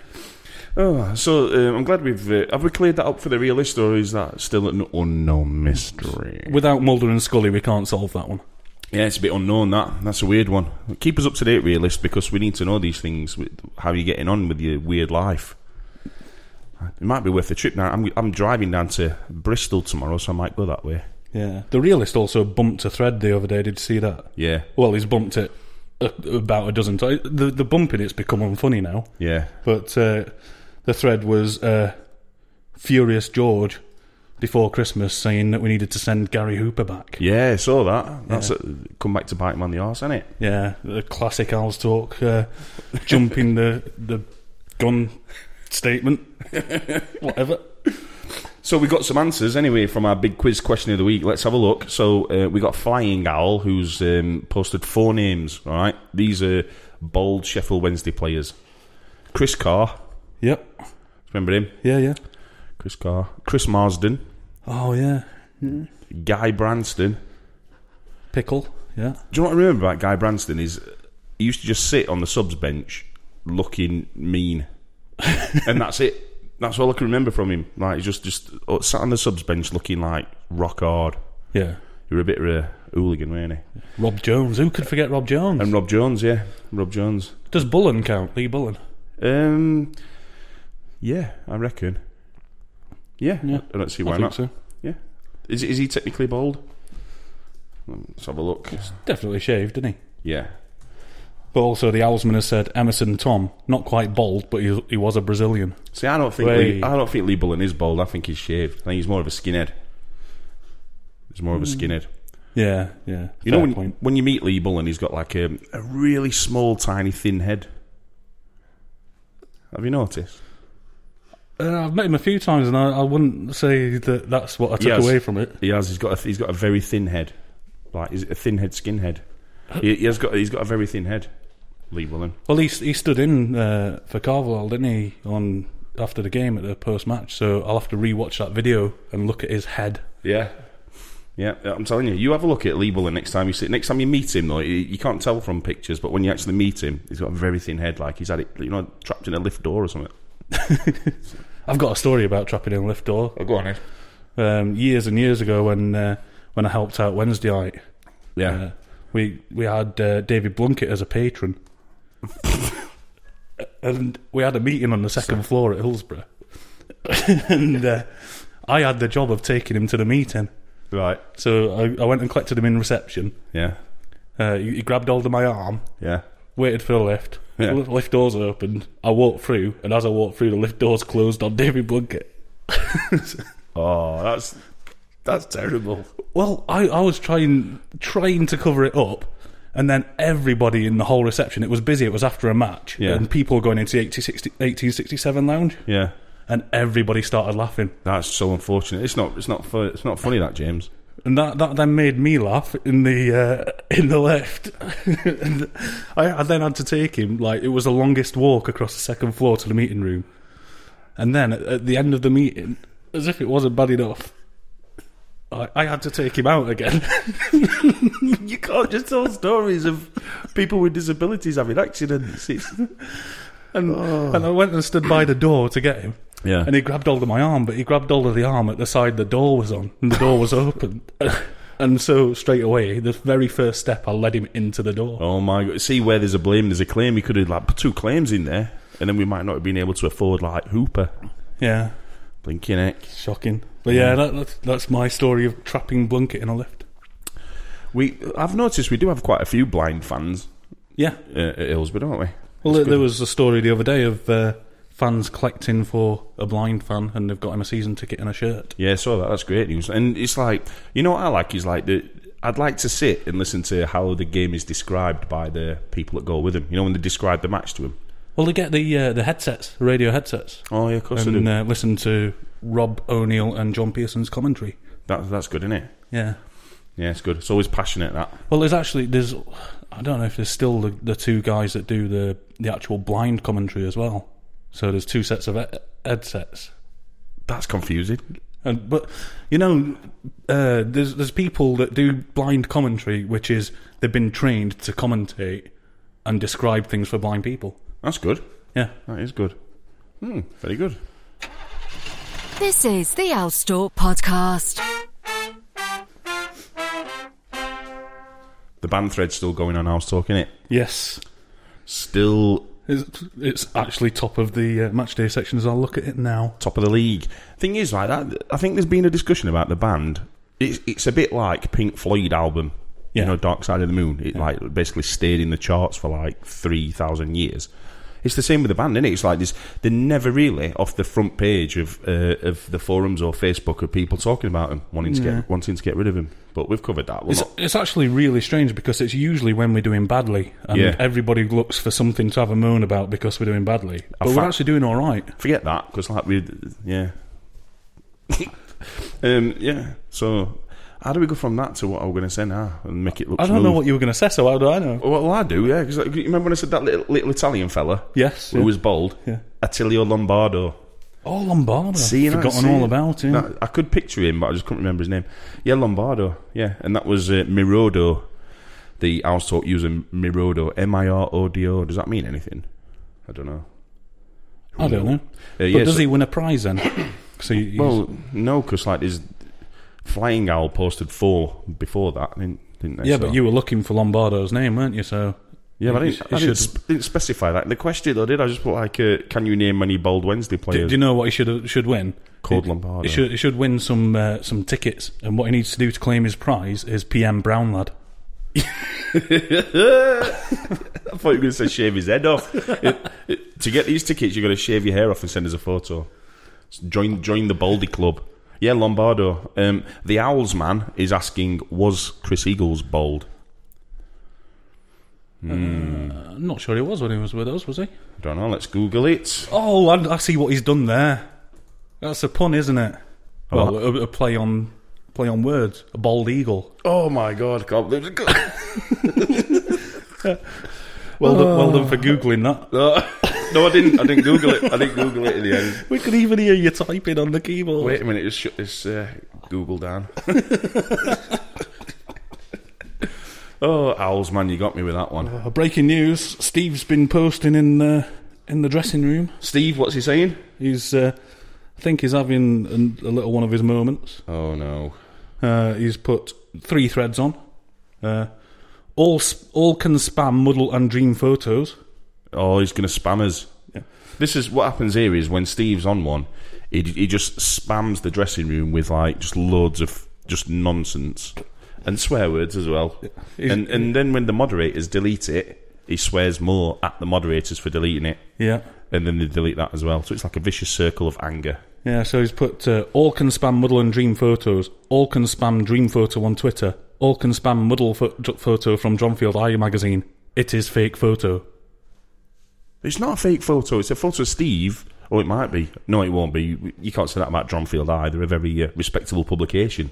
A: Oh, so uh, I'm glad we've uh, have we cleared that up for the realist, or is that still an unknown mystery?
B: Without Mulder and Scully, we can't solve that one.
A: Yeah, it's a bit unknown. That that's a weird one. Keep us up to date, realist, because we need to know these things. With how you getting on with your weird life? It might be worth a trip now. I'm I'm driving down to Bristol tomorrow, so I might go that way.
B: Yeah. The realist also bumped a thread the other day. Did you see that?
A: Yeah.
B: Well, he's bumped it a, about a dozen times. The, the bumping, it's become unfunny now.
A: Yeah.
B: But uh, the thread was uh, Furious George before Christmas saying that we needed to send Gary Hooper back.
A: Yeah, I saw that. That's
B: Yeah.
A: a, come back to bite him on the arse, isn't it?
B: Yeah, the classic Al's talk, uh, jumping the the gun
A: *laughs*
B: statement. Whatever.
A: So we got some answers anyway from our big quiz question of the week. Let's have a look. So uh, we got Flying Owl, who's um, posted four names. All right, these are bold Sheffield Wednesday players. Chris Carr.
B: Yep.
A: Remember him?
B: Yeah, yeah.
A: Chris Carr. Chris Marsden.
B: Oh yeah,
A: Guy Branston.
B: pickle. Yeah.
A: Do you know what I remember about Guy Branston is he used to just sit on the subs bench looking mean, *laughs* and that's it. That's all I can remember from him. Like he just just uh, sat on the subs bench looking like rock hard.
B: Yeah.
A: You were a bit of a hooligan, weren't he?
B: Rob Jones. Who could forget Rob Jones?
A: And Rob Jones, yeah, Rob Jones.
B: Does Bullen count? Lee Bullen.
A: Um, yeah, I reckon. Yeah, I don't see why
B: I think
A: not.
B: so.
A: Yeah, is is he technically bald? Let's have a look.
B: Definitely shaved, didn't he?
A: Yeah,
B: But also, the Owlsman has said Emerson Tom, not quite bald, but he, he was a Brazilian.
A: See, I don't think
B: Wait.
A: Lee, I don't think Lee Bullen is bald. I think he's shaved. I think he's more of a skinhead. He's more of a skinhead.
B: Yeah, yeah.
A: You know, when, when you meet Lee Bullen, he's got like a, a really small, tiny, thin head. Have you noticed?
B: uh, I've met him a few times, and I, I wouldn't say that that's what I took
A: Yes.
B: away from it.
A: He has. He's got a, he's got a very thin head, like he's a thin head skinhead. He, he has got he's got a very thin head. Lee Bullen.
B: Well, he he stood in uh, for Carvalho, didn't he? On after the game at the post match, so I'll have to re-watch that video and look at his head.
A: Yeah. Yeah, I'm telling you, you have a look at Lee Bullen next time you see. Next time you meet him, though, you, you can't tell from pictures, but when you actually meet him, he's got a very thin head, like he's had it, you know, trapped in a lift door or something.
B: I've got a story about trapping in a lift door.
A: Oh, go on, Ed.
B: Um, years and years ago, when uh, when I helped out Wednesday night,
A: Yeah.
B: uh, we we had uh, David Blunkett as a patron, *laughs* and we had a meeting on the second floor at Hillsborough, *laughs* and uh, I had the job of taking him to the meeting.
A: Right.
B: So I, I went and collected him in reception.
A: Yeah.
B: Uh, he, he grabbed hold of my arm,
A: Yeah.
B: waited for the lift.
A: Yeah.
B: The li- lift doors opened. I walked through, and as I walked through, the lift doors closed on David Blunkett.
A: Oh, that's that's terrible.
B: *laughs* Well, I, I was trying trying to cover it up, and then everybody in the whole reception. It was busy. It was after a match,
A: Yeah.
B: and people were going into the 80, 60 1867 lounge,
A: Yeah.
B: and everybody started laughing.
A: That's so unfortunate. It's not. It's not. Fu- it's not funny that James.
B: And that, that then made me laugh in the uh, in the lift. and *laughs* I, I then had to take him like it was the longest walk across the second floor to the meeting room, and then at, at the end of the meeting, as if it wasn't bad enough, I, I had to take him out again. *laughs*
A: You can't just tell stories of people with disabilities having accidents. It's,
B: And, and I went and stood by the door to get him.
A: *laughs* Yeah.
B: And he grabbed hold of my arm, but he grabbed hold of the arm at the side the door was on, and the door was
A: *laughs*
B: open. and so straight away, the very first step, I led him into the door.
A: oh my god! See where there's a blame, there's a claim. We could have like put two claims in there, and then we might not have been able to afford like Hooper.
B: Yeah,
A: Blinking heck.
B: shocking. But yeah, that, that's, that's my story of trapping Blunkett in a lift.
A: We. I've noticed we do have quite a few blind fans
B: Yeah.
A: uh, at Hillsborough, don't we? It's
B: Well, there, there
A: good.
B: was a story the other day of uh, fans collecting for a blind fan, and they've got him a season ticket and a shirt.
A: Yeah, I saw that. That's great news. And it's like, you know what I like is like the. I'd like to sit and listen to how the game is described by the people that go with him. You know, when they describe the match to him.
B: Well, they get the uh, the headsets, the radio headsets,
A: Oh yeah, of course
B: and uh, listen to Rob O'Neill and John Pearson's commentary.
A: That, that's good, isn't it?
B: Yeah.
A: Yeah, it's good. It's always passionate. That
B: Well, there's actually there's I don't know if there's still the, the two guys that do the the actual blind commentary as well. So there's two sets of he- headsets.
A: that's confusing.
B: And but you know, uh, there's there's people that do blind commentary, which is they've been trained to commentate and describe things for blind people.
A: That's good.
B: Yeah.
A: That is good. Hmm, very good.
G: This is the Owlstalk podcast.
A: The band thread's still going on. I was talking it.
B: Yes.
A: Still
B: It's, it's actually top of the uh, match day section as I look at it now.
A: top of the league. Thing is, like that. I think there's been a discussion about the band It's, it's a bit like Pink Floyd album, you know, Dark Side of the Moon. It like basically stayed in the charts for like three thousand years. It's the same with the band, is it? It's like this. They're never really off the front page of uh, of the forums or Facebook of people talking about them, wanting to
B: Yeah.
A: get wanting to get rid of them. But we've covered that. We're
B: It's,
A: not-
B: it's actually really strange because it's usually when we're doing badly, and
A: Yeah.
B: everybody looks for something to have a moan about because we're doing badly. But
A: In
B: we're
A: fact-
B: actually doing all right.
A: Forget that because like we, yeah, *laughs* um, yeah. So how do we go from that to what I'm going to say now and make it look?
B: I don't
A: smooth?
B: know what you were going to say, so how do I know?
A: Well, I do, yeah. Because like, you remember when I said that little, little Italian fella?
B: Yes,
A: who
B: yeah.
A: was bald.
B: Yeah.
A: Attilio Lombardo.
B: Oh, Lombardo.
A: See, and I-
B: Forgotten
A: see,
B: all about him.
A: that- I could picture him, but I just couldn't remember his name. Yeah, Lombardo. Yeah, and that was uh, Mirodo, the house talk user Mirodo. M I R O D O. Does that mean anything? I don't know.
B: I don't know.
A: Uh,
B: but
A: yeah,
B: does
A: so-
B: he win a
A: *coughs*
B: prize then? So he- he's-
A: Well, no, because like his flying owl posted four before that, didn't, didn't they?
B: yeah,
A: So-
B: but you were looking for Lombardo's name, weren't you? So
A: Yeah, but I
B: you-
A: didn't,
B: you
A: I didn't,
B: should-
A: sp- didn't specify that. The question though, did I just put like, uh, can you name any Bold Wednesday
B: do,
A: players?
B: do you know what he should should win?
A: Called
B: He-
A: Lombardo.
B: He should he should win some uh, some tickets, and what he needs to do to claim his prize is PM Brownlad.
A: *laughs* I thought you were going to say shave his head off. *laughs* It- it- to get these tickets, you've got to shave your hair off and send us a photo. So join join the Baldy Club. Yeah, Lombardo. Um, the Owls man is asking, was Chris Eagles bald? Hmm.
B: Uh, I'm not sure he was when he was with us, was he?
A: I don't know. Let's Google it.
B: Oh, I, I see what he's done there. That's a pun, isn't it?
A: Oh.
B: Well, a, a play on play on words. A bald eagle.
A: Oh my God! Can't believe it.
B: Well, done, well done for googling that.
A: No, *laughs* no, I didn't. I didn't Google it. I didn't Google it in the end.
B: *laughs* We could even hear you typing on the keyboard.
A: Wait a minute. Just shut this uh, Google *laughs* down. oh, Owls man, you got me with that one.
B: Uh, breaking news: Steve's been posting in uh, in the dressing room.
A: Steve, what's he saying?
B: He's, uh, I think, he's having an, a little one of his moments.
A: Oh no.
B: Uh, he's put three threads on. Uh, all sp- all can spam, muddle, and dream photos.
A: Oh, he's going to spam us. This is what happens here is when Steve's on one, he, he just spams the dressing room with like just loads of just nonsense and swear words as well. And and then when the moderators delete it, he swears more at the moderators for deleting it.
B: Yeah.
A: And then they delete that as well. So it's like a vicious circle of anger.
B: Yeah, so he's put uh, all can spam muddle and dream photos. All can spam dream photo on Twitter. All can spam muddle pho- j- photo from Johnfield Eye magazine. It is fake photo.
A: It's not a fake photo. It's a photo of Steve. Oh, it might be. No, it won't be. You can't say that about Dronfield either. They're A very uh, respectable publication.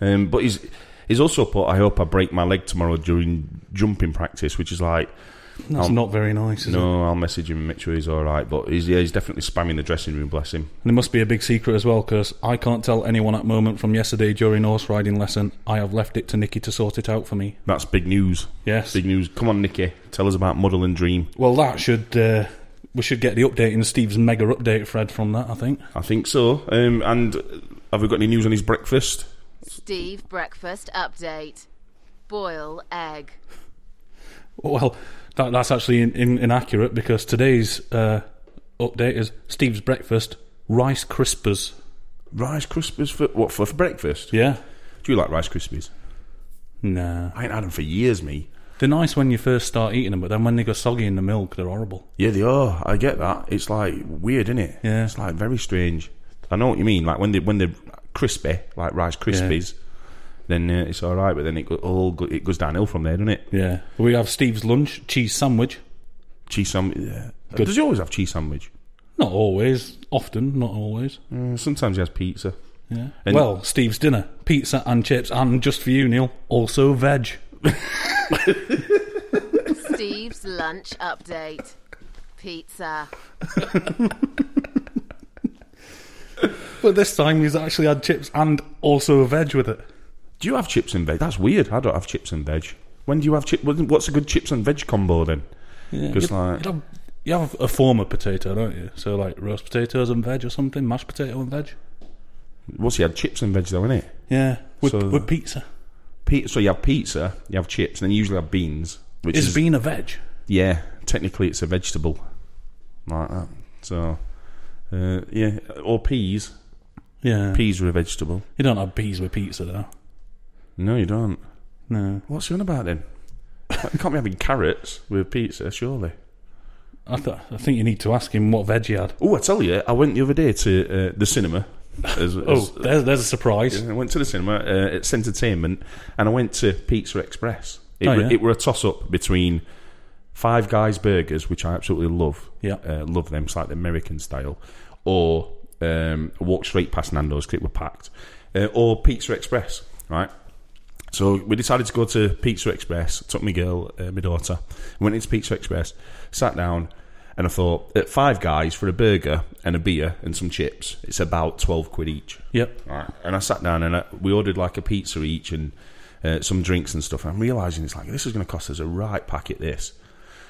A: Um, but he's he's also put. I hope I break my leg tomorrow during jumping practice, which is like.
B: That's
A: I'll-
B: not very nice. Is it?
A: No, I'll message him and make sure he's all right. But he's yeah, he's definitely spamming the dressing room. Bless him.
B: And it must be a big secret as well, because I can't tell anyone at moment from yesterday during horse riding lesson. I have left it to Nikki to sort it out for me.
A: That's big news.
B: Yes.
A: big news. Come on, Nicky, tell us about Muddle and Dream.
B: Well, that should uh, we should get the update in Steve's mega update thread from that. I think.
A: I think so. Um, and have we got any news on his breakfast?
K: Steve breakfast update. Boil egg.
B: Well, that, that's actually in, in, inaccurate because today's uh, update is Steve's breakfast Rice Crispers.
A: Rice Krispies for what for, for breakfast?
B: Yeah.
A: Do you like Rice Krispies?
B: Nah,
A: I ain't had them for years, me.
B: they're nice when you first start eating them, but then when they go soggy in the milk, they're horrible.
A: Yeah, they are. I get that. It's like weird, isn't it? Yeah. It's like very strange. I know what you mean. Like when they when they're crispy, like Rice Krispies, then uh, it's all right. But then it go, all go, it goes downhill from there, doesn't it?
B: Yeah. We have Steve's lunch cheese sandwich.
A: Cheese sandwich. Yeah.
B: Good.
A: Does he always have cheese sandwich?
B: Not always, often, not always.
A: Mm, sometimes he has pizza.
B: Yeah.
A: And-
B: well, Steve's dinner pizza and chips, and just for you, Neil, also veg.
K: Steve's lunch update. Pizza.
B: But this time he's actually had chips and also veg with it.
A: Do you have chips and veg? That's weird. I don't have chips and veg. When do you have chip? What's a good chips and veg combo then? Because
B: You-
A: like
B: you have, you have a form of potato, don't you? So like roast potatoes and veg or something, mashed potato and veg.
A: what's he had chips and veg though, innit?
B: Yeah, with,
A: So-
B: with pizza.
A: Pe- so you have pizza, you have chips, and then you usually have beans. Which
B: Is
A: is
B: bean a veg?
A: Yeah, technically it's a vegetable, like that. So, uh, yeah, or peas.
B: Yeah.
A: Peas were a vegetable.
B: You don't have peas with pizza, though.
A: No, you don't.
B: No.
A: What's he on about *laughs* then? you can't be having carrots with pizza, surely.
B: I, th- I think you need to ask him what veg he had.
A: Oh, I tell you, I went the other day to uh, the cinema. As,
B: Oh, there's- there's a surprise.
A: I went to the cinema. Uh, it's entertainment, and I went to Pizza Express. It,
B: Oh,
A: were,
B: yeah.
A: it were a toss up between Five Guys burgers, which I absolutely love.
B: Yeah.
A: uh, love them. It's like the American style, or um, I walked straight past Nando's because it were packed, uh, or Pizza Express. Right. So we decided to go to Pizza Express. Took my girl, uh, my daughter, went into Pizza Express, sat down, and I thought, at Five Guys for a burger and a beer and some chips, it's about twelve quid each.
B: Yep.
A: Right. And I sat down and I, we ordered like a pizza each and uh, some drinks and stuff. I'm realizing it's like this is going to cost us a right packet. This.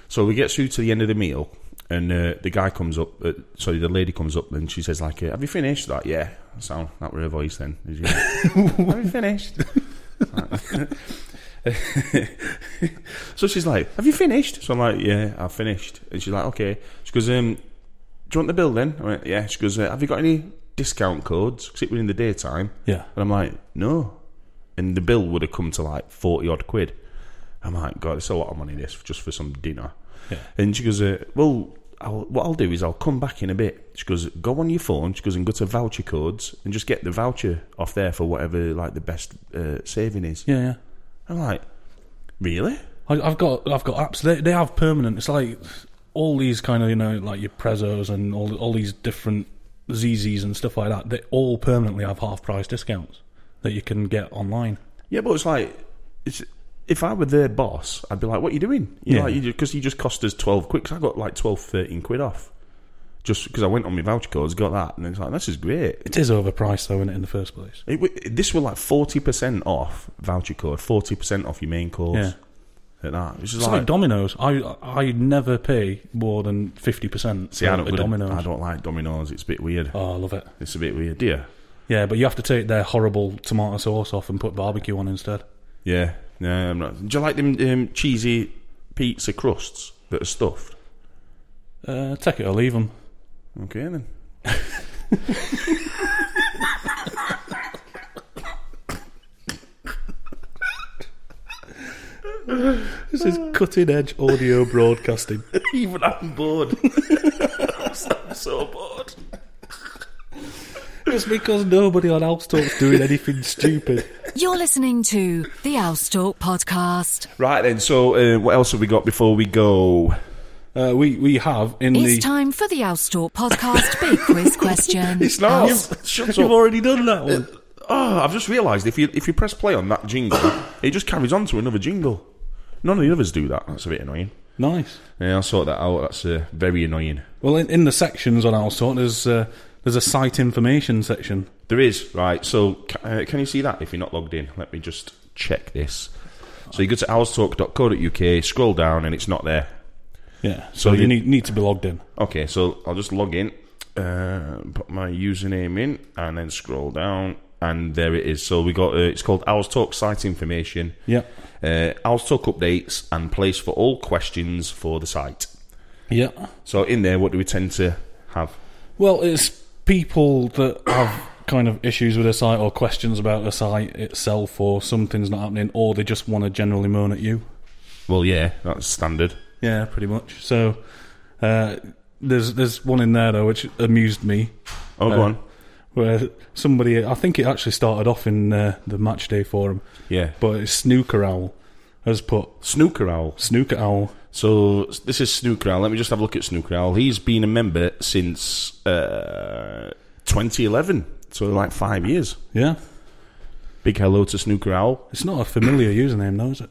A: So we get through to the end of the meal, and uh, the guy comes up. Uh, sorry, the lady comes up, and she says, "Like, uh, have you finished that? Yeah, sound that were her voice then. Did you? have you finished? *laughs* so she's like, "Have you finished?" So I'm like, "Yeah, I've finished." And she's like, "Okay." She goes, "Um, do you want the bill then?" I went, "Yeah." She goes, uh, "Have you got any discount codes? Because it was in the daytime."
B: Yeah.
A: And I'm like, "No." And the bill would have come to like forty odd quid. I'm like, "God, it's a lot of money this just for some dinner."
B: Yeah.
A: And she goes, uh, "Well." I'll, what I'll do is I'll come back in a bit. She goes, go on your phone. She goes and go to voucher codes and just get the voucher off there for whatever like the best uh, saving is.
B: Yeah, yeah.
A: I'm like, really?
B: I, I've got I've got apps. They they have permanent. It's like all these kind of you know like your Prezos and all all these different ZZs and stuff like that. They all permanently have half price discounts that you can get online.
A: Yeah, but it's like, it's, if I were their boss, I'd be like, "What are you doing?" You
B: Yeah.
A: know, like, because you just cost us twelve quid. 'cause I got like 12, 13 quid off just because I went on my voucher codes, got that, and it's like, "This is great."
B: It is overpriced though, isn't it, in the first place?
A: It, w- this were like forty percent off voucher code, forty percent off your main course.
B: Yeah.
A: At that, it's
B: It's
A: just
B: like,
A: like,
B: Domino's. I I never pay more than fifty percent
A: see, I don't,
B: for
A: really-
B: Domino's.
A: I don't like Domino's. It's a bit weird.
B: Oh, I love it.
A: It's a bit weird, do you?
B: Yeah, but you have to take their horrible tomato sauce off and put barbecue on instead.
A: Yeah, no, I'm not. Do you like them um, cheesy pizza crusts that are stuffed?
B: Uh, take it or leave them.
A: Okay then.
B: This is
A: Ah.
B: cutting edge
A: *laughs*
B: audio broadcasting.
A: Even I'm bored. I'm so bored.
B: It's because nobody on Alps Talk's doing anything stupid.
G: You're listening to the Owls Talk podcast.
A: Right then, so uh, what else have we got before we go?
B: Uh, we we have in
G: it's
B: the.
G: time for the Owls Talk podcast
A: *laughs*
G: big quiz question.
A: It's not.
G: Owls-
A: Shut
B: You've
A: up.
B: already done that one.
A: Oh, Ah, I've just realised if you if you press play on that jingle, *coughs* it just carries on to another jingle. None of the others do that. That's a bit annoying.
B: Nice.
A: Yeah, I'll sort that out. That's uh, very annoying.
B: Well, in, in the sections on Owls Talk, there's uh, there's a site information section.
A: There is right. So ca- uh, can you see that if you're not logged in? Let me just check this. So you go to owlstalk.co.uk, scroll down, and it's not there.
B: Yeah.
A: So
B: So,
A: the-
B: you need need to be logged in.
A: Okay, so I'll just log in, uh, put my username in, and then scroll down, and there it is. So we got uh, it's called Owls Talk site information.
B: Yeah.
A: Uh, Owls Talk updates and place for all questions for the site.
B: Yeah.
A: So in there, what do we tend to have?
B: Well, it's people that have kind of issues with a site or questions about a site itself or something's not happening or they just want to generally moan at you.
A: Well, yeah, that's standard.
B: Yeah, pretty much. So uh, there's there's one in there though which amused me.
A: Oh, go
B: Uh,
A: on.
B: Where somebody, I think it actually started off in uh, the match day forum,
A: Yeah,
B: but it's Snooker Owl has put
A: Snooker Owl.
B: Snooker Owl.
A: So this is Snooker Owl. Let me just have a look at Snooker Owl. He's been a member since uh, 2011, so like five years.
B: Yeah,
A: Big hello to Snooker Owl.
B: it's not a familiar username though, is it?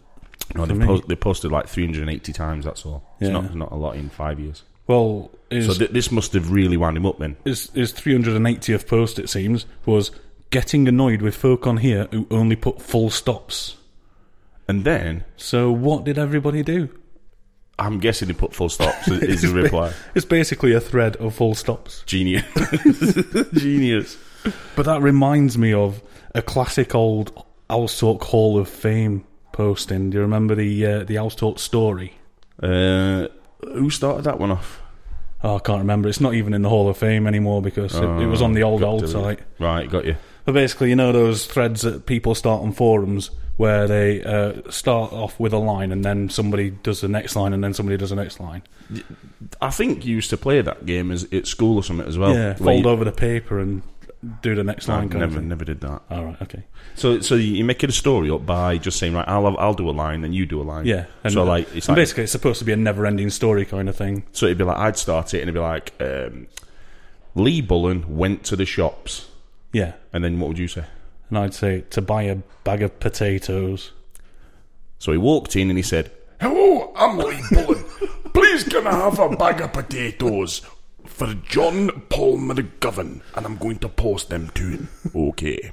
A: No,
B: For
A: they
B: me.
A: post, they posted like 380 times. That's all. It's
B: Yeah.
A: not not a lot in five years.
B: Well, is
A: So th- this must have really wound him up then.
B: his, his 380th post, it seems, was getting annoyed with folk on here who only put full stops.
A: And then
B: So what did everybody do?
A: I'm guessing he put full stops is the reply.
B: *laughs* It's basically a thread of full stops.
A: Genius, *laughs* genius.
B: But that reminds me of a classic old Alstalk Hall of Fame posting. Do you remember the uh, the Alstalk story?
A: Uh, who started that one off?
B: Oh, I can't remember. It's not even in the Hall of Fame anymore because it, it was on the old,
A: got
B: old
A: deleted.
B: site.
A: Right, got you.
B: But basically, you know those threads that people start on forums where they uh, start off with a line and then somebody does the next line and then somebody does the next line.
A: I think you used to play that game as, at school or something as well.
B: yeah,
A: where
B: fold
A: you-
B: over the paper and do the next
A: I
B: line. kind of
A: never,
B: thing.
A: never did that.
B: All right, okay.
A: So, so you make it a story up by just saying, right, I'll have, I'll do a line, then you do a line.
B: Yeah,
A: so like, it's
B: and
A: like,
B: basically it's supposed to be a never-ending story kind of thing.
A: so it'd be like, I'd start it, and it'd be like, um, Lee Bullen went to the shops,
B: Yeah,
A: and then what would you say?
B: and I'd say to buy a bag of potatoes.
A: So he walked in and he said,
L: Hello, I'm Lee Bullen. Please can I have a bag of potatoes for John Paul McGovern? And I'm going to post them to him.
A: "Okay."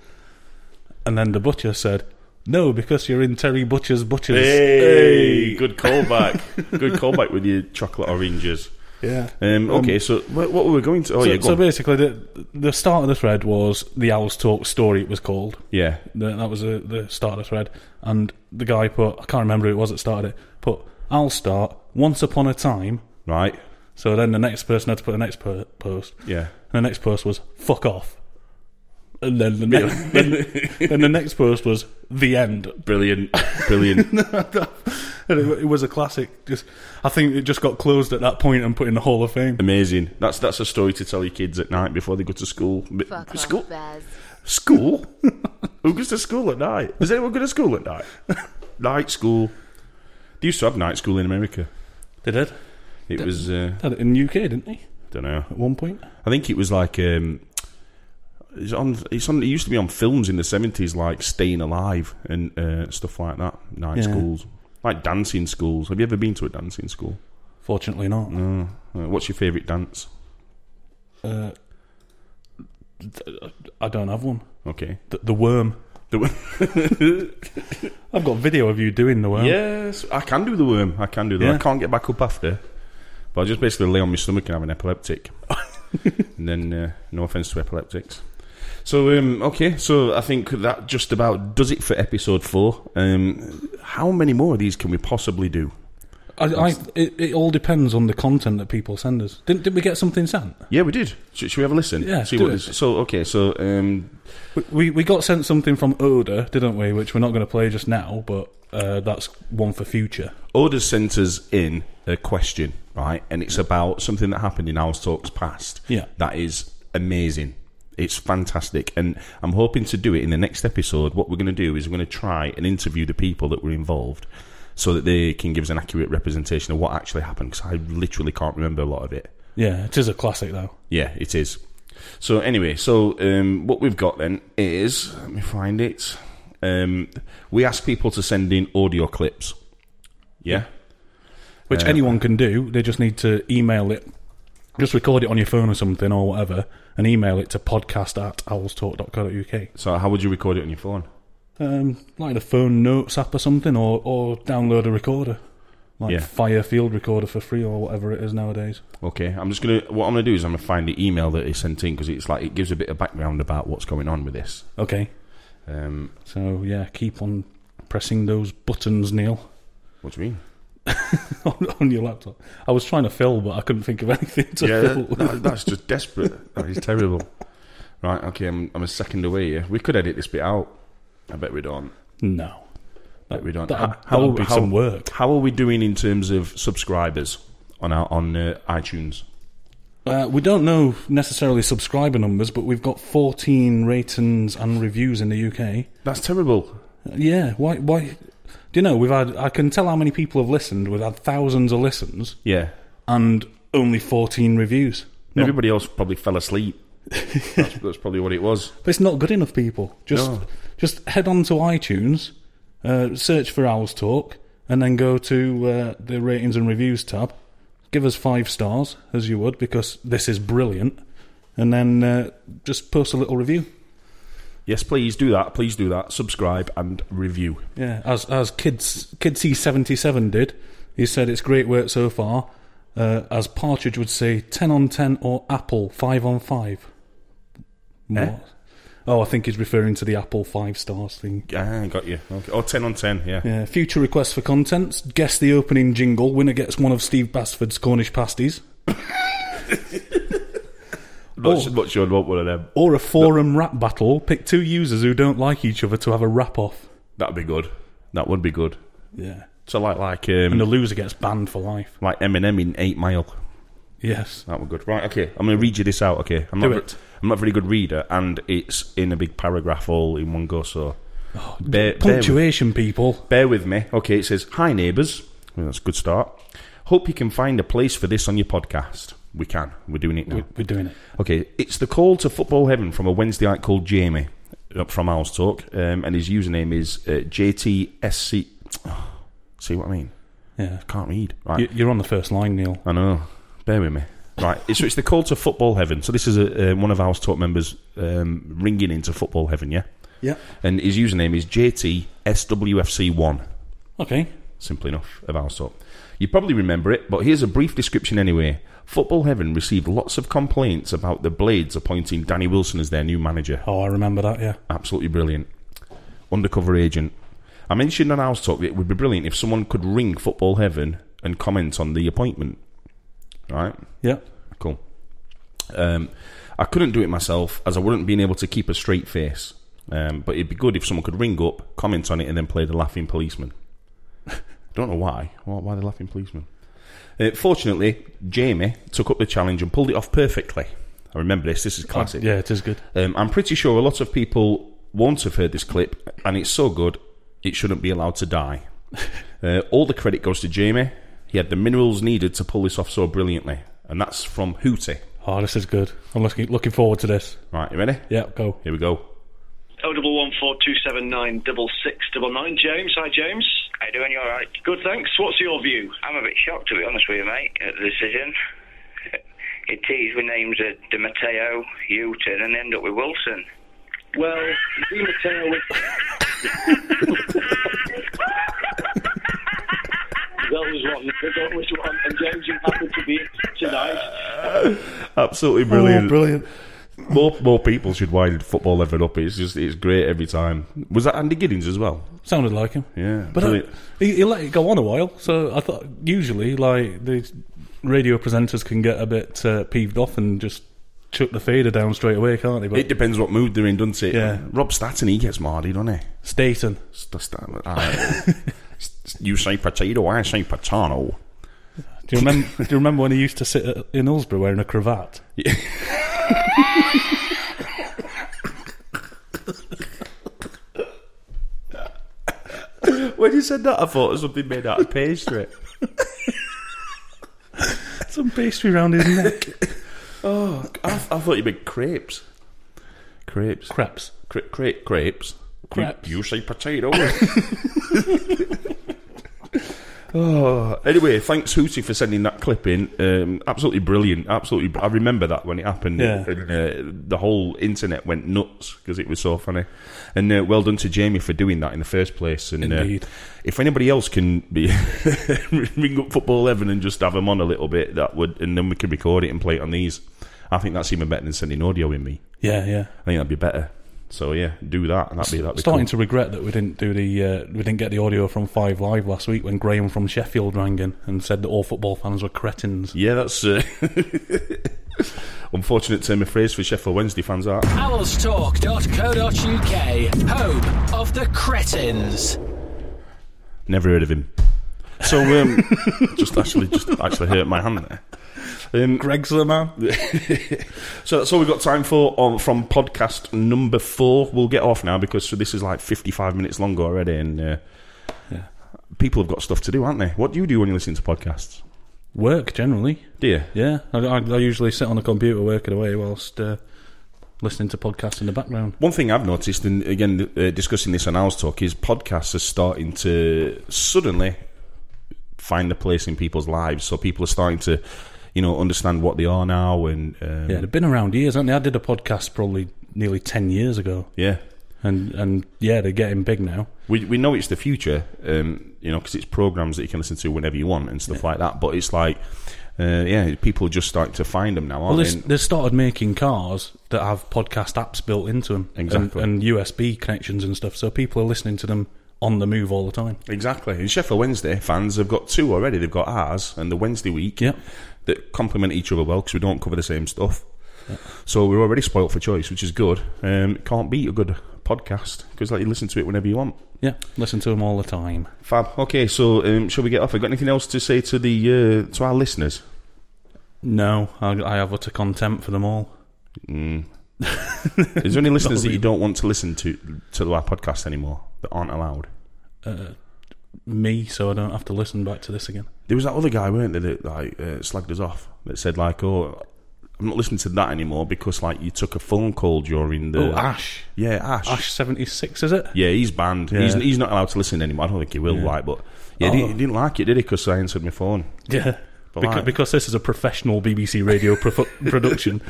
B: And then the butcher said, "No, because you're in Terry Butcher's butchers."
A: Hey, good callback, good callback with your chocolate oranges.
B: Yeah.
A: Um, okay,
B: Um,
A: so what, what were we going to? Oh,
B: so,
A: yeah, go
B: so
A: on.
B: basically, the the start of the thread was the Owls Talk story. It was called.
A: Yeah.
B: The- that was the, the start of the thread, and the guy put I can't remember who it was that started it. Put I'll start once upon a time.
A: Right.
B: So then the next person had to put the next per- post.
A: Yeah.
B: And the next post was fuck off. And then the next, then, then the next post was the end.
A: Brilliant, *laughs* brilliant.
B: And it, it was a classic. Just I think it just got closed at that point and put in the Hall of Fame.
A: Amazing. That's that's a story to tell your kids at night before they go to school. But-
K: Fuck
A: school?
K: off, Bez.
A: School? *laughs* Who goes to school at night? Does anyone go to school at *laughs* night? night school. They used to have night school in America.
B: They did.
A: It was. Uh,
B: Had it in the UK, didn't they?
A: don't know.
B: At one point.
A: I think it was like. Um, it's on. It's on. It used to be on films in the seventies, like Staying Alive and uh, stuff like that. Night
B: Yeah.
A: schools, like dancing schools. Have you ever been to a dancing school?
B: Fortunately not.
A: No. Uh, what's your favourite dance?
B: Uh, th- I don't have one.
A: Okay.
B: The, the worm.
A: The
B: I've got video of you doing the worm.
A: Yes, I can do the worm. I can do the.
B: Yeah.
A: I can't get back up after, but I just basically lay on my stomach and have an
B: *laughs*
A: epileptic. and then, uh, no offense to epileptics. So, um, okay, so I think that just about does it for episode four. Um, how many more of these can we possibly do?
B: I, I, it, it all depends on the content that people send us. Didn't, did we get something sent?
A: Yeah, we did. Should, should we have a listen?
B: Yeah,
A: See
B: do
A: what
B: it.
A: is- So, okay, so um,
B: We, we, we got sent something from Oda, didn't we? Which we're not going to play just now, but uh, that's one for future.
A: Order sent us in a question, right? And it's about something that happened in House Talks past.
B: Yeah.
A: That is amazing. It's fantastic. And I'm hoping to do it in the next episode. What we're going to do is we're going to try and interview the people that were involved so that they can give us an accurate representation of what actually happened because I literally can't remember a lot of it.
B: Yeah, it is a classic though.
A: Yeah, it is. So anyway, so um, what we've got then is let me find it. Um, we ask people to send in audio clips. Yeah.
B: Which
A: Uh,
B: anyone can do. They just need to email it. Just record it on your phone or something or whatever and email it to podcast at owlstalk.co.uk.
A: So how would you record it on your phone?
B: Um, like the phone notes app or something or, or download a recorder. Like
A: Yeah.
B: Fire Field Recorder for free or whatever it is nowadays.
A: Okay, I'm just gonna. What I'm gonna do is I'm gonna find the email that he sent in because it's like it gives a bit of background about what's going on with this.
B: Okay.
A: Um,
B: So yeah, keep on pressing those buttons, Neil, *laughs*
A: what do you mean?
B: on, on your laptop. I was trying to fill, but I couldn't think of *laughs* anything to
A: yeah,
B: fill.
A: that- that's just desperate. *laughs* That is terrible. Right. Okay, I'm, I'm a second away here. We could edit this bit out. I bet we don't.
B: *laughs* no.
A: bet we don't.
B: that-
A: How-
B: that
A: how-
B: would be
A: how-
B: some work.
A: How are we doing in terms of subscribers on our on uh, iTunes?
B: Uh, we don't know necessarily subscriber numbers, but we've got 14 ratings and reviews in the UK.
A: That's terrible.
B: Yeah, why? Why? Do you know we've had? I can tell how many people have listened. We've had thousands of listens
A: Yeah.
B: and only 14 reviews. Not-
A: Everybody else probably fell asleep. that's, that's probably what it was.
B: But it's not good enough, people. Just
A: No.
B: just head on to iTunes, uh, search for Owls Talk, and then go to uh, the ratings and reviews tab. Give us five stars, as you would, because this is brilliant. And then uh, just post a little review.
A: Yes, please do that. Please do that. Subscribe and review.
B: Yeah, as as kids kids C seventy seven did, he said it's great work so far. Uh, as Partridge would say, ten on ten or Apple five on five. More.
A: Eh?
B: Oh, I think he's referring to the Apple five stars thing.
A: Ah, got you. Okay. Oh, 10 on 10, yeah.
B: Yeah, Uh, future requests for contents. Guess the opening jingle. Winner gets one of Steve Basford's Cornish pasties.
A: Not,
B: Oh.
A: su- not sure I'd want one of them.
B: Or a forum rap battle. Pick two users who don't like each other to have a rap off.
A: That'd be good. That would be good.
B: Yeah.
A: So like like um,
B: and the loser gets banned for life.
A: like Eminem in Eight Mile.
B: Yes.
A: That were good. Right, okay. I'm going to read you this out, okay? I'm
B: Do
A: not,
B: it.
A: ve- I'm not a very good reader, and it's in a big paragraph all in one go, so.
B: Oh,
A: bear,
B: Punctuation, people.
A: Bear with me. Okay, it says, Hi, neighbours. Well, that's a good start. Hope you can find a place for this on your podcast. We can. We're doing it now.
B: We're doing it.
A: Okay, it's the call to football heaven from a Wednesday night called Jamie uh, from Owls Talk, um, and his username is uh, JTSC. *sighs* see what I mean?
B: Yeah.
A: Can't read. Right.
B: You- You're on the first line, Neil.
A: I know. Bear with me. Right, so it's the call to football heaven. So this is a, uh, one of our talk members um, ringing into football heaven, yeah.
B: Yeah.
A: And his username is JTSWFC1.
B: Okay.
A: Simply enough of our sort. You probably remember it, but here's a brief description anyway. Football Heaven received lots of complaints about the Blades appointing Danny Wilson as their new manager.
B: Oh, I remember that, yeah.
A: Absolutely brilliant. Undercover agent. I mentioned on House Talk that it would be brilliant if someone could ring Football Heaven and comment on the appointment. Right?
B: Yeah.
A: Cool. Um, I couldn't do it myself as I wouldn't been able to keep a straight face. Um, but it'd be good if someone could ring up, comment on it, and then play the laughing policeman. *laughs* Don't know why. Why, why the laughing policeman? Uh, fortunately, Jamie took up the challenge and pulled it off perfectly. I remember this. This is classic.
B: Yeah, it is good.
A: Um, I'm pretty sure a lot of people won't have heard this clip, and it's so good it shouldn't be allowed to
B: *laughs*
A: die. uh, all the credit goes to Jamie. He had the minerals needed to pull this off so brilliantly, and that's from Hootie.
B: Oh, this is good. I'm looking, looking forward to this.
A: Right, you ready?
B: Yeah, go.
A: Here we go. *laughs*
M: Oh, double one four two seven nine double six double nine. James, hi James. How you doing? You all right? Good, thanks. What's your view?
N: I'm a bit shocked, to be honest with you, mate, at the decision. *laughs* It teased with names of Di Matteo, Houghton, and end up with Wilson.
M: Well, Di Matteo. That was one. That was one. And James, you happened to be tonight.
A: Absolutely
B: Oh,
A: brilliant. brilliant. More more people should wind football ever up. It's just it's great every time. Was that Andy Giddings as well?
B: Sounded like him.
A: Yeah,
B: But I,
A: brilliant.
B: he, he let it go on a while, so I thought usually like the radio presenters can get a bit uh, peeved off and just chuck the fader down straight away, can't they? But
A: it depends what mood they're in, doesn't it?
B: Yeah.
A: Rob Statton, he gets mardy, doesn't he?
B: Staten.
A: St-
B: *laughs*
A: Statton, aye. ah. you say potato, I say potato.
B: Do you remember? do you remember when he used to sit at, in Hillsborough wearing a cravat?
A: *laughs* Yeah. When you said that, I thought it was something made out of pastry.
B: Some pastry round his neck. *laughs*
A: oh, I, I thought you meant crepes. Crepes.
B: Crepes.
A: Cre- cre- crepes.
B: Crepes.
A: You, you say potato. *laughs* oh, anyway, thanks Hootie for sending that clip in. Um, absolutely brilliant. Absolutely, br- I remember that when it happened.
B: Yeah.
A: And, uh, the whole internet went nuts because it was so funny. And uh, well done to Jamie for doing that in the first place. And uh,
B: Indeed.
A: if anybody else can be *laughs* ring up football eleven and just have them on a little bit, that would, and then we could record it and play it on these. I think that's even better than sending audio in me.
B: Yeah, yeah.
A: I think that'd be better. So yeah, do that. and That'd be that'd be
B: Starting
A: cool.
B: to regret that we didn't do the uh, we didn't get the audio from Five Live last week when Graham from Sheffield rang in and said that all football fans were cretins.
A: Yeah, that's uh, *laughs* unfortunate term of phrase for Sheffield Wednesday fans. That
C: Owlstalk.co.uk, home of the cretins.
A: never heard of him. So um, *laughs* just actually just actually hurt my hand there. Um,
B: Greg's the man.
A: *laughs* so that's all we've got time for on, from podcast number four. We'll get off now because this is like 55 minutes long already, and uh, people have got stuff to do, aren't they? What do you do when you listen to podcasts?
B: Work generally.
A: Do you?
B: Yeah, I, I, I usually sit on the computer working away whilst uh, listening to podcasts in the background.
A: One thing I've noticed, and again uh, discussing this on Owl's Talk, is podcasts are starting to suddenly find a place in people's lives. So people are starting to, you know, understand what they are now, and um,
B: Yeah, they've been around years, haven't they? I did a podcast probably nearly ten years ago,
A: yeah.
B: and and yeah, they're getting big now.
A: We we know it's the future, um, you know, because it's programs that you can listen to whenever you want and stuff like that. But it's like, uh, yeah, people just start to find them now,
B: Well,
A: aren't
B: they,
A: they?
B: they started making cars that have podcast apps built into them,
A: Exactly.
B: and, and USB connections and stuff. So people are listening to them on the move all the time.
A: Exactly. And Sheffield Wednesday fans have got two already. They've got ours and the Wednesday week.
B: Yeah.
A: that complement each other well because we don't cover the same stuff. So we're already spoilt for choice, which is good. Um, can't beat a good podcast because like you listen to it whenever you want.
B: Yeah, listen to them all the time.
A: Fab. Okay, so um, shall we get off? Have you got anything else to say to the uh, to our listeners?
B: No, I, I have utter contempt for them all.
A: Mm. Is *laughs* there any listeners that you don't want to listen to to our podcast anymore that aren't allowed?
B: Uh, me, so I don't have to listen back to this again.
A: There was that other guy, weren't there, that like uh, slagged us off that said like, "Oh, I'm not listening to that anymore because like you took a phone call during the
B: oh, Ash.
A: Yeah, Ash.
B: Ash seventy six, is it?
A: Yeah, he's banned. He's
B: Yeah.
A: he's not allowed to listen anymore. I don't think he will
B: Yeah.
A: like, but yeah,
B: Oh.
A: he, he didn't like it, did he? Because I answered my phone.
B: Yeah.
A: But
B: Because,
A: like-
B: because this is a professional BBC radio pro- *laughs* production.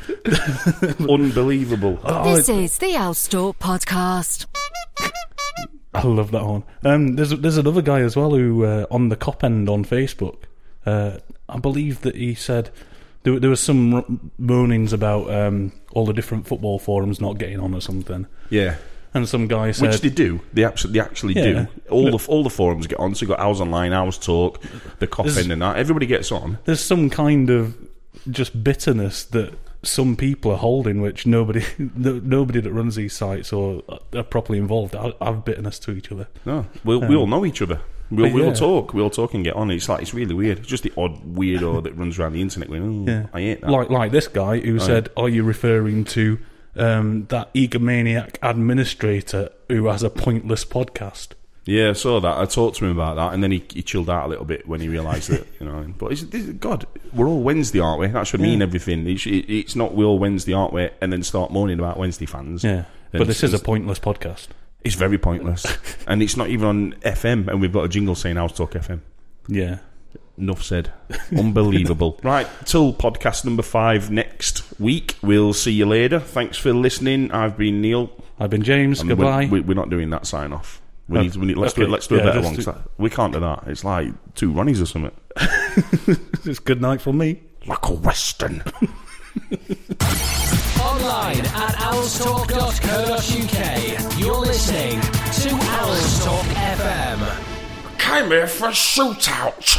B: Oh,
A: Unbelievable.
E: this is the Owlstalk podcast.
B: I love that one. Um, there's there's another guy as well who uh, on the cop end on Facebook. Uh, I believe that he said there, there was some r- moanings about um, all the different football forums not getting on or something.
A: Yeah.
B: And some guy said,
A: Which they do. They actually, they actually
B: Yeah.
A: do. All the all the forums get on. So you got ours online, ours talk, the coffin, and that. Everybody gets on.
B: there's some kind of just bitterness that some people are holding, which nobody *laughs* no, nobody that runs these sites or are properly involved have have bitterness to each other.
A: No, we we
B: Um,
A: all know each other. We'll,
B: but
A: we'll
B: yeah.
A: talk. We'll talk and get on. It's like it's really weird. It's just the odd weirdo that runs around the internet going, "Oh,
B: Yeah.
A: I hate that."
B: Like like this guy who
A: Oh,
B: said, "Are you referring to um, that egomaniac administrator who has a pointless podcast?"
A: Yeah, I saw that. I talked to him about that, and then he, he chilled out a little bit when he realised that, you know. But it's, this, God, we're all Wednesday, aren't we? That should mean
B: Yeah.
A: everything. It, sh- it- it's not we're all Wednesday, aren't we? And then start moaning about Wednesday fans.
B: Yeah, but
A: And
B: this is a
A: it's-
B: pointless podcast.
A: It's very *laughs* pointless, and it's not even on FM. And we've got a jingle saying "House Talk FM."
B: Yeah,
A: Enough said. Unbelievable. *laughs* right, till podcast number five next week. We'll see you later. Thanks for listening. I've been Neil.
B: I've been James.
A: And
B: Goodbye.
A: We're, we're not doing that sign off. We
B: Oh,
A: need, we need, let's do
B: okay.
A: it. Let's do
B: Yeah,
A: a better
B: let's
A: one. 'cause
B: do-
A: that- we can't do that. It's like two Ronnies or something.
B: *laughs* it's good night from me.
A: Like a western.
O: Online at owlstalk.co.uk. You're listening to Owls Talk FM.
D: Came here for a shootout,